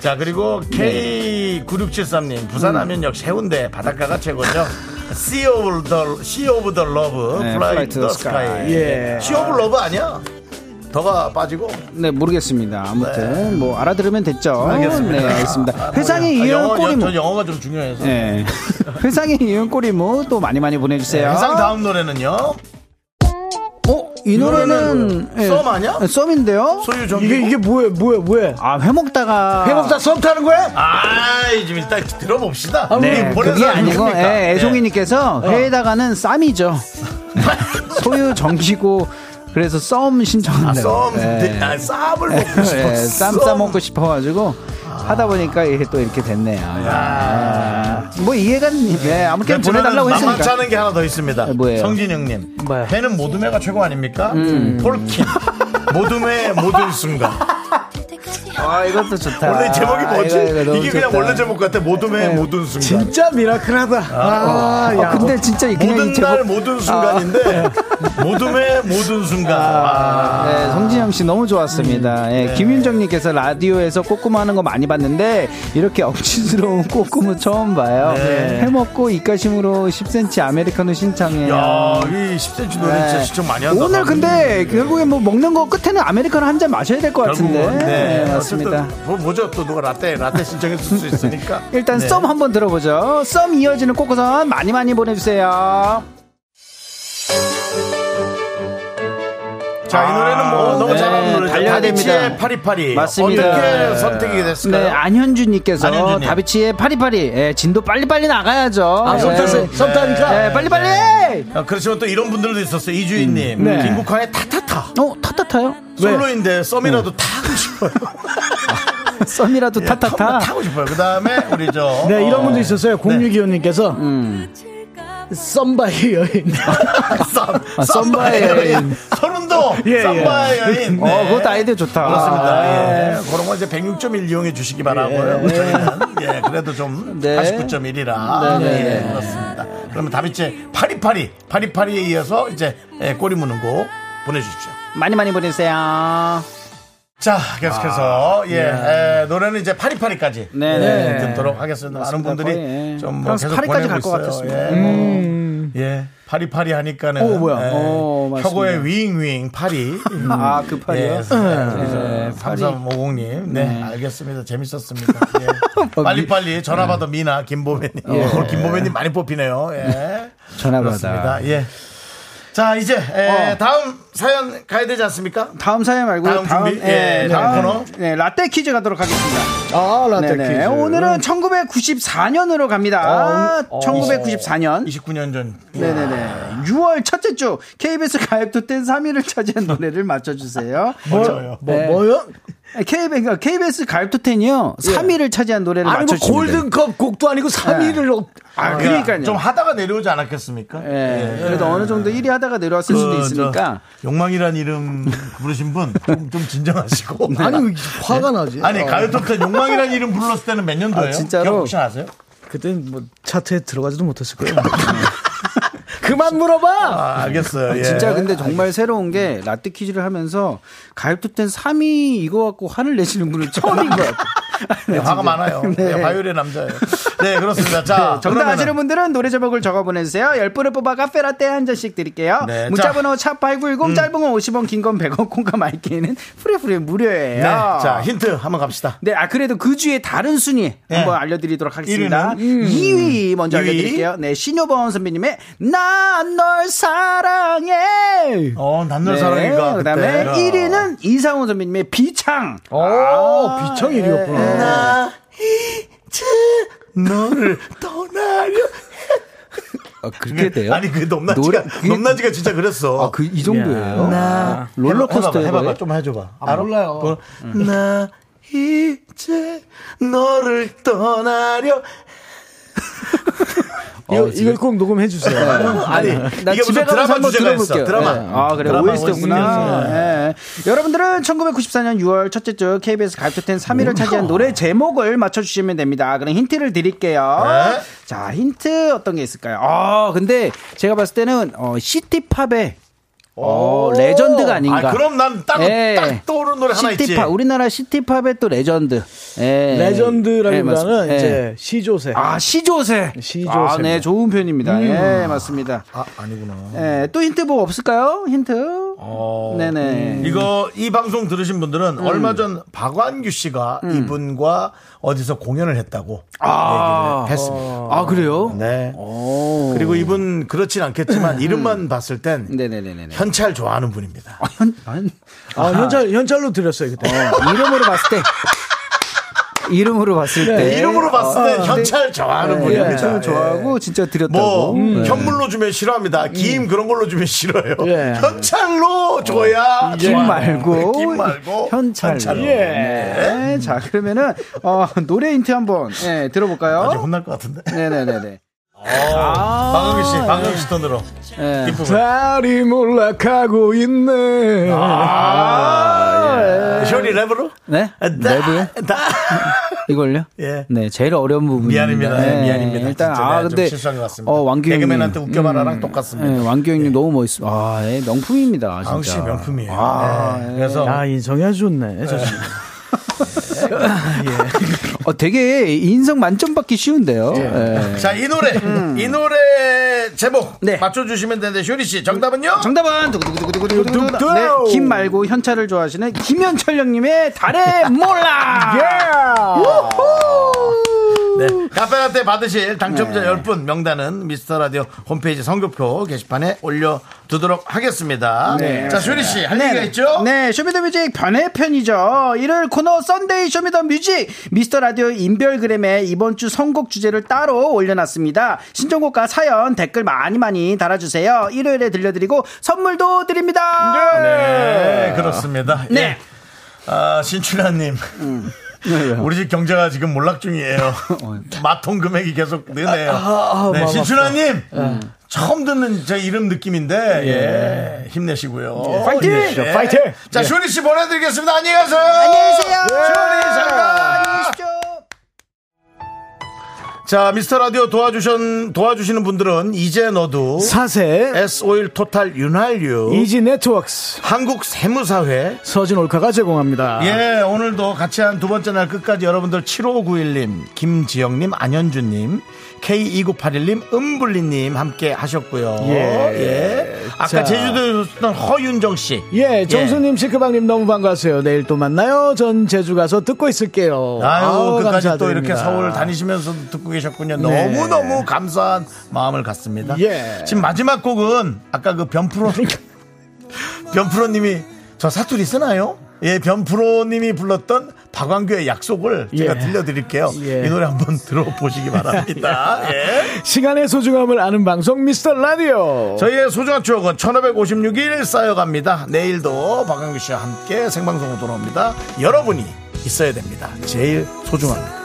Speaker 3: 자 그리고 K9673님
Speaker 11: 음.
Speaker 3: 부산하면 역시 해운대 바닷가가 최고죠. Sea of the, sea of the Love,
Speaker 11: 네,
Speaker 3: Fly
Speaker 11: Fly to
Speaker 3: to the
Speaker 11: the
Speaker 3: Sky.
Speaker 11: Sky.
Speaker 3: 예. Sea of Love 아니야? 더가 빠지고.
Speaker 11: 네, 모르겠습니다. 아무튼 뭐 알아들으면 됐죠.
Speaker 3: 알겠습니다.
Speaker 11: 네, 알겠습니다. 회상에
Speaker 3: 아,
Speaker 11: 이은 뭐-
Speaker 3: 영어,
Speaker 11: 꼬리모.
Speaker 3: 저 영어가 좀 중요해서.
Speaker 4: 네.
Speaker 11: 예. 회상에 이은 꼬리모 또 많이 많이 보내주세요.
Speaker 3: 회상 다음 노래는요.
Speaker 11: 어, 이 노래는
Speaker 3: 뭐예요? 썸 아니야?
Speaker 11: 예, 썸인데요.
Speaker 3: 소유정.
Speaker 4: 이게, 이게 뭐야, 뭐야, 뭐야.
Speaker 11: 아, 회 먹다가
Speaker 4: 해먹다 썸 타는 거야?
Speaker 3: 아, 이좀 일단 들어봅시다.
Speaker 11: 네,
Speaker 3: 보낸
Speaker 11: 그게
Speaker 3: 사람이
Speaker 11: 아니고
Speaker 3: 누굽니까?
Speaker 11: 예, 애송이님께서
Speaker 3: 예.
Speaker 11: 회에다가는 쌈이죠. 소유 정기고 그래서 썸
Speaker 3: 아,
Speaker 11: 신청한다고.
Speaker 3: 썸,
Speaker 11: 예.
Speaker 3: 아, 쌈을 먹고 싶어.
Speaker 11: 예, 쌈 싸먹고 싶어가지고 하다 보니까 이게 또 이렇게 됐네요. 아, 뭐 이해가 예,
Speaker 3: 네,
Speaker 11: 아무튼 보내달라고
Speaker 3: 만만치
Speaker 11: 했으니까.
Speaker 3: 않은 게 하나 더 있습니다.
Speaker 11: 네, 뭐예요?
Speaker 3: 성진영님. 회는 모둠회가 최고 아닙니까?
Speaker 11: 음.
Speaker 3: 폴킴. 모둠회 모든 순간.
Speaker 11: 아 이것도 좋다.
Speaker 3: 원래 제목이 뭐지?
Speaker 11: 아, 이거, 이거 너무
Speaker 3: 이게 그냥
Speaker 11: 좋다.
Speaker 3: 원래 제목 같아. 모둠회 모든 순간.
Speaker 4: 진짜 미라클하다. 아,
Speaker 11: 어,
Speaker 4: 야.
Speaker 11: 근데 진짜 이- 그냥
Speaker 3: 모든
Speaker 11: 이 제목. 아.
Speaker 3: 날 모든 순간인데 모둠회 모든 순간. 아.
Speaker 11: 네, 성진영 씨 너무
Speaker 4: 음.
Speaker 11: 좋았습니다.
Speaker 4: 네.
Speaker 11: 예, 김윤정님께서 라디오에서 꼬꼬마 하는 거 많이 봤는데 이렇게 억지스러운 꼬꼬무 처음 봐요.
Speaker 4: 네.
Speaker 11: 해먹고 입가심으로 10cm 아메리카노 신청해요.
Speaker 3: 야, 이 10cm 노래 진짜
Speaker 11: 네.
Speaker 3: 시청 많이 한다.
Speaker 11: 오늘 근데 결국에 뭐 먹는 거 끝에는 아메리카노 한 잔 마셔야 될 것 같은데.
Speaker 3: 결국은 네,
Speaker 11: 네,
Speaker 3: 맞습니다.
Speaker 11: 맞습니다.
Speaker 3: 뭐 뭐죠 또 누가 라떼 라떼 신청했을 수 있으니까.
Speaker 11: 일단
Speaker 3: 네.
Speaker 11: 썸 한번 들어보죠. 썸 이어지는 꼬꼬선 많이 많이 보내주세요. 네,
Speaker 3: 자, 이 노래는 뭐
Speaker 11: 오,
Speaker 3: 너무
Speaker 11: 네,
Speaker 3: 잘하는 노래죠.
Speaker 11: 달려야
Speaker 3: 다비치의
Speaker 11: 됩니다.
Speaker 3: 파리파리.
Speaker 11: 맞습니다.
Speaker 3: 어떻게
Speaker 11: 네.
Speaker 3: 선택이 됐을까요?
Speaker 11: 네, 안현주님께서
Speaker 3: 안현주님.
Speaker 11: 다비치의 파리파리. 예, 진도 빨리빨리 나가야죠. 아,
Speaker 3: 썸 탔어요. 썸 타니까.
Speaker 11: 예, 빨리빨리!
Speaker 3: 네. 아, 그렇지만 또 이런 분들도 있었어요. 이주인님,
Speaker 11: 네.
Speaker 3: 김국환의 타타타.
Speaker 11: 어, 타타타요?
Speaker 3: 솔로인데 썸이라도 타고 싶어요.
Speaker 11: 썸이라도
Speaker 3: 한번
Speaker 11: 타타타.
Speaker 3: 타고 싶어요. 그 다음에 우리 저
Speaker 4: 네, 이런
Speaker 3: 어,
Speaker 4: 분도 있었어요. 0625님께서.
Speaker 11: 음.
Speaker 4: 썸바이 여인.
Speaker 11: 아,
Speaker 3: 썸,
Speaker 11: 썸바의 여인.
Speaker 3: 서른도
Speaker 4: 예, 예.
Speaker 3: 썸바의 여인. 네.
Speaker 11: 어, 그것도 아이디어 좋다.
Speaker 3: 그렇습니다. 예. 그런 건 이제 106.1 이용해 주시기 바라고요. 저희는 예, 그래도 좀
Speaker 11: 네.
Speaker 3: 89.1이라
Speaker 11: 네, 네.
Speaker 3: 예, 그렇습니다. 그러면 다비치 파리파리 파리파리에 이어서 이제 예, 꼬리 무는 곡 보내주십시오.
Speaker 11: 많이 많이 보내세요.
Speaker 3: 자, 계속해서 예, 에, 노래는 이제 파리파리까지
Speaker 11: 아, 네,
Speaker 3: 예,
Speaker 11: 네.
Speaker 3: 듣도록 하겠습니다. 많은
Speaker 11: 맞습니다.
Speaker 3: 분들이
Speaker 11: 거의, 예.
Speaker 3: 좀뭐
Speaker 11: 프랑스
Speaker 3: 계속
Speaker 11: 파리까지
Speaker 3: 보내고
Speaker 11: 갈것
Speaker 3: 있어요.
Speaker 11: 같았습니다. 음.
Speaker 3: 예, 뭐, 예, 파리파리 하니까는
Speaker 11: 오, 뭐야.
Speaker 3: 예,
Speaker 11: 오, 맞습니다.
Speaker 3: 혁오의 윙윙 파리. 음.
Speaker 11: 아, 그 파리요?
Speaker 3: 예,
Speaker 11: 네, 파리.
Speaker 3: 3350님. 네,
Speaker 11: 네.
Speaker 3: 알겠습니다. 재밌었습니다. 예. 빨리빨리 전화 받아 미나 김보배님.
Speaker 11: 예.
Speaker 3: 오늘 김보배님 많이 뽑히네요. 예.
Speaker 11: 전화 받아. 어.
Speaker 3: 그렇습니다. 예. 자, 이제 에, 다음 사연 가야 되지 않습니까?
Speaker 11: 다음 사연 말고
Speaker 3: 그 다음 준비? 예, 다음 코너?
Speaker 11: 네, 라떼 퀴즈 가도록 하겠습니다.
Speaker 14: 아, 라떼 퀴즈.
Speaker 11: 오늘은 1994년으로
Speaker 4: 어,
Speaker 11: 갑니다. 1994년.
Speaker 3: 29년 전.
Speaker 11: 네네네. 6월 첫째 주 KBS 가입도 된 3위를 차지한 노래를 맞춰주세요.
Speaker 14: 뭐요? 뭐-
Speaker 11: 요 아, KBS, KBS 가입도 텐이요 3위를 차지한 노래를
Speaker 14: 아니 뭐
Speaker 11: 맞춰주세요.
Speaker 14: 골든컵 곡도 아니고 3위를
Speaker 11: 아, 그러니까요.
Speaker 3: 좀 하다가 내려오지 않았겠습니까?
Speaker 11: 예, 그래도 어느 정도 1위 하다가 내려왔을 수도
Speaker 3: 그,
Speaker 11: 있으니까.
Speaker 3: 저, 욕망이란 이름 부르신 분, 좀, 좀 진정하시고.
Speaker 11: 네.
Speaker 14: 아니 화가 나지.
Speaker 3: 아니, 가요톱텐 욕망이란 이름 불렀을 때는 몇 년도예요?
Speaker 14: 아, 진짜로?
Speaker 3: 기억 혹시 아세요?
Speaker 14: 그때 뭐 차트에 들어가지도 못했을 거예요. 그만 물어봐. 음.
Speaker 3: 알겠어요. 예.
Speaker 11: 아니, 진짜 근데 정말 새로운 게 라떼 퀴즈를 하면서 가입도 된 3위 이거 갖고 화를 내시는 분은 처음인 것 같아요.
Speaker 3: 네, 화가 많아요. 네. 화요일의 남자예요. 네, 그렇습니다. 자,
Speaker 11: 네, 정답
Speaker 3: 그러면은
Speaker 11: 아시는 분들은 노래 제목을 적어 보내주세요. 10분을 뽑아 카페라떼 한 잔씩 드릴게요.
Speaker 3: 네, 자. 음.
Speaker 11: 문자번호 샵8910 짧은 건 50원, 긴 건 100원, 콩과 마이키는 프레프레 무료예요.
Speaker 3: 네, 자, 힌트 한번 갑시다.
Speaker 11: 네, 아, 그래도 그 주에 다른 순위
Speaker 3: 네.
Speaker 11: 한번 알려드리도록 하겠습니다.
Speaker 3: 일위는? 음.
Speaker 11: 2위 먼저
Speaker 3: 이위?
Speaker 11: 알려드릴게요. 네, 신효범 선배님의 난 널 사랑해.
Speaker 3: 어, 난널 사랑해가
Speaker 11: 그 다음에
Speaker 3: 그때.
Speaker 11: 1위는 이상훈 선배님의 비창. 아, 네.
Speaker 14: 오, 비창 1위였구나.
Speaker 3: 나 이제 너를 떠나려.
Speaker 14: 아, 그렇게 돼요?
Speaker 3: 아니, 그 넘나지가, 넘나지가 진짜 그랬어.
Speaker 14: 아, 그, 이
Speaker 11: 네.
Speaker 14: 정도예요?
Speaker 3: 나
Speaker 14: 롤러코스터
Speaker 3: 해봐봐, 해봐봐.
Speaker 14: 해봐요?
Speaker 3: 좀 해줘봐.
Speaker 14: 아,
Speaker 3: 알아?
Speaker 14: 몰라요.
Speaker 3: 뭐, 나 이제 너를 떠나려.
Speaker 14: 이거, 이걸 꼭 녹음해 주세요.
Speaker 3: 어, 네. 아니,
Speaker 11: 네. 나
Speaker 3: 이게
Speaker 11: 집에
Speaker 3: 무슨
Speaker 11: 가서
Speaker 3: 드라마
Speaker 11: 한번
Speaker 3: 주제가
Speaker 11: 들어볼게요.
Speaker 3: 있어. 드라마.
Speaker 11: 네. 아 그래
Speaker 3: 드라마
Speaker 11: OST였구나. 네.
Speaker 3: OST.
Speaker 11: 예. 여러분들은 1994년 6월 첫째 주 KBS 가입토텐 3위를 차지한 노래 제목을 맞춰주시면 됩니다. 그럼 힌트를 드릴게요.
Speaker 3: 네.
Speaker 11: 자 힌트 어떤 게 있을까요? 아 근데 제가 봤을 때는 어, 시티팝의 어, 레전드가 아닌가.
Speaker 3: 아, 그럼 난 딱,
Speaker 11: 예.
Speaker 3: 딱 떠오르는 노래 하나 있지.
Speaker 11: 시티팝 우리나라 시티팝의 또 레전드. 예. 예,
Speaker 14: 레전드라기보다는
Speaker 11: 맞습니다. 예.
Speaker 14: 이제 시조세.
Speaker 11: 아 시조세.
Speaker 14: 시조세.
Speaker 11: 아, 네 좋은 편입니다. 예 맞습니다.
Speaker 3: 아, 아니구나.
Speaker 11: 예, 또 힌트 뭐 없을까요? 힌트?
Speaker 3: 어,
Speaker 11: 네네. 음.
Speaker 3: 이거 이 방송 들으신 분들은 얼마 전 박완규 씨가 이분과 어디서 공연을 했다고
Speaker 11: 아. 어.
Speaker 3: 얘기를 네, 했습니다.
Speaker 11: 아, 그래요?
Speaker 3: 네.
Speaker 11: 오.
Speaker 3: 그리고 이분 그렇진
Speaker 11: 음.
Speaker 3: 않겠지만 이름만 봤을 땐
Speaker 11: 네네네네.
Speaker 3: 현찰 좋아하는 분입니다.
Speaker 11: 현, 현,
Speaker 14: 아, 현찰, 현찰로 드렸어요, 그때.
Speaker 11: 어, 이름으로 봤을 때. 이름으로 봤을 때.
Speaker 3: 네, 이름으로 봤을 땐
Speaker 11: 어,
Speaker 3: 현찰 좋아하는
Speaker 11: 네,
Speaker 3: 분입니다.
Speaker 11: 현찰
Speaker 3: 예.
Speaker 11: 좋아하고 진짜 드렸다고.
Speaker 3: 뭐
Speaker 11: 음.
Speaker 3: 현물로 주면 싫어합니다. 김 그런 걸로 주면 싫어요.
Speaker 14: 예.
Speaker 3: 현찰로 줘야
Speaker 11: 어. 김
Speaker 3: 좋아요. 네,
Speaker 11: 말고,
Speaker 3: 김 말고
Speaker 11: 현찰로.
Speaker 3: 현찰로.
Speaker 11: 예. 네, 자 그러면은 어, 노래 힌트 한번 예,
Speaker 3: 아직
Speaker 11: 들어볼까요?
Speaker 3: 혼날 것 같은데. 어.
Speaker 11: 네네네네. 아.
Speaker 3: 박은규 씨, 박은규 씨 톤으로.
Speaker 11: 예.
Speaker 3: 기쁨을.
Speaker 14: 달이 몰락하고 있네.
Speaker 3: 아, 쇼리 랩으로?
Speaker 11: 네?
Speaker 3: 랩이요?
Speaker 11: 이걸요?
Speaker 3: 예.
Speaker 11: 네, 제일 어려운 부분.
Speaker 3: 미안합니다. 예, 미안합니다.
Speaker 11: 네, 일단
Speaker 3: 진짜
Speaker 11: 아
Speaker 3: 네, 좀
Speaker 11: 근데
Speaker 3: 실수한 것 같습니다.
Speaker 11: 어, 왕규 형님.
Speaker 3: 개그맨한테 웃겨봐라랑 똑같습니다.
Speaker 11: 예, 왕규 형님 너무 멋있어. 아, 예, 명품입니다. 진짜.
Speaker 3: 박은규 씨 명품이에요.
Speaker 11: 아,
Speaker 3: 예. 그래서
Speaker 14: 야, 인성이 아주 좋네. 저 친구.
Speaker 11: 어, 되게 인성 만점 받기 쉬운데요. 예.
Speaker 3: 자, 이 노래, 이 노래 제목
Speaker 11: 네.
Speaker 3: 맞춰주시면 되는데, 쇼리 씨, 정답은요?
Speaker 11: 정답은 두구두구두구두구두구.
Speaker 3: 뚝뚝.
Speaker 11: 네, 김 말고 현찰을 좋아하시는 김현철 형님의 달에 몰라.
Speaker 3: 아. 네. 카페라떼 받으실
Speaker 11: 네.
Speaker 3: 당첨자 10분 명단은 미스터 라디오 홈페이지 성교표 게시판에 올려두도록 하겠습니다. 자, 쇼리 씨, 할 얘기가 있죠?
Speaker 11: 네, 쇼미더뮤직 변의 편이죠. 일요일 코너 썬데이 쇼미더뮤직 미스터 라디오 인별그램에 이번 주 선곡 주제를 따로 올려놨습니다. 신청곡과 사연 댓글 많이 많이 달아주세요. 일요일에 들려드리고 선물도 드립니다.
Speaker 3: 네, 음. 네, 그렇습니다.
Speaker 11: 네.
Speaker 3: 예. 아, 신춘하님. 우리 집 경제가 지금 몰락 중이에요. 마통 금액이 계속 느네요. 네, 신춘하님. 처음 듣는 제 이름 느낌인데, 예. 힘내시고요.
Speaker 14: 파이팅!
Speaker 3: 힘내시죠.
Speaker 14: 예. 파이팅!
Speaker 3: 자, 쇼리 씨 보내드리겠습니다. 안녕히 가세요. 예. 안녕히
Speaker 11: 계세요.
Speaker 3: 쇼리, 잠깐!
Speaker 11: 안녕히 계십시오.
Speaker 3: 자, 미스터 라디오 도와주신, 도와주시는 분들은 이제 너도
Speaker 4: 사세
Speaker 3: S5일 토탈 윤활유
Speaker 4: 이지 네트웍스
Speaker 3: 한국 세무사회
Speaker 4: 서진 올카가 제공합니다.
Speaker 3: 예, 오늘도 같이 한 두 번째 날 끝까지 여러분들 7591님, 김지영님, 안현주님, K2981님, 은블리님 함께 하셨고요.
Speaker 4: 예.
Speaker 3: 예. 아까
Speaker 4: 자.
Speaker 3: 제주도에 있었던 허윤정 씨.
Speaker 4: 예, 정수님, 시크방님 너무 반가워요. 내일 또 만나요. 전 제주 가서 듣고 있을게요.
Speaker 3: 아유, 끝까지 또
Speaker 4: 어, 감사드립니다.
Speaker 3: 이렇게 서울 다니시면서 듣고 계셨군요.
Speaker 4: 네.
Speaker 3: 너무너무 감사한 마음을 갖습니다.
Speaker 4: 예.
Speaker 3: 지금 마지막 곡은 아까 그 변프로, 변프로님이 저 사투리 쓰나요? 예, 변프로님이 불렀던 박완규의 약속을 제가
Speaker 4: 예.
Speaker 3: 들려드릴게요.
Speaker 4: 예.
Speaker 3: 이 노래 한번 들어보시기 바랍니다. 예.
Speaker 4: 시간의 소중함을 아는 방송 미스터 라디오.
Speaker 3: 저희의 소중한 추억은 1556일 쌓여갑니다. 내일도 박완규 씨와 함께 생방송으로 돌아옵니다. 여러분이 있어야 됩니다. 제일 소중합니다.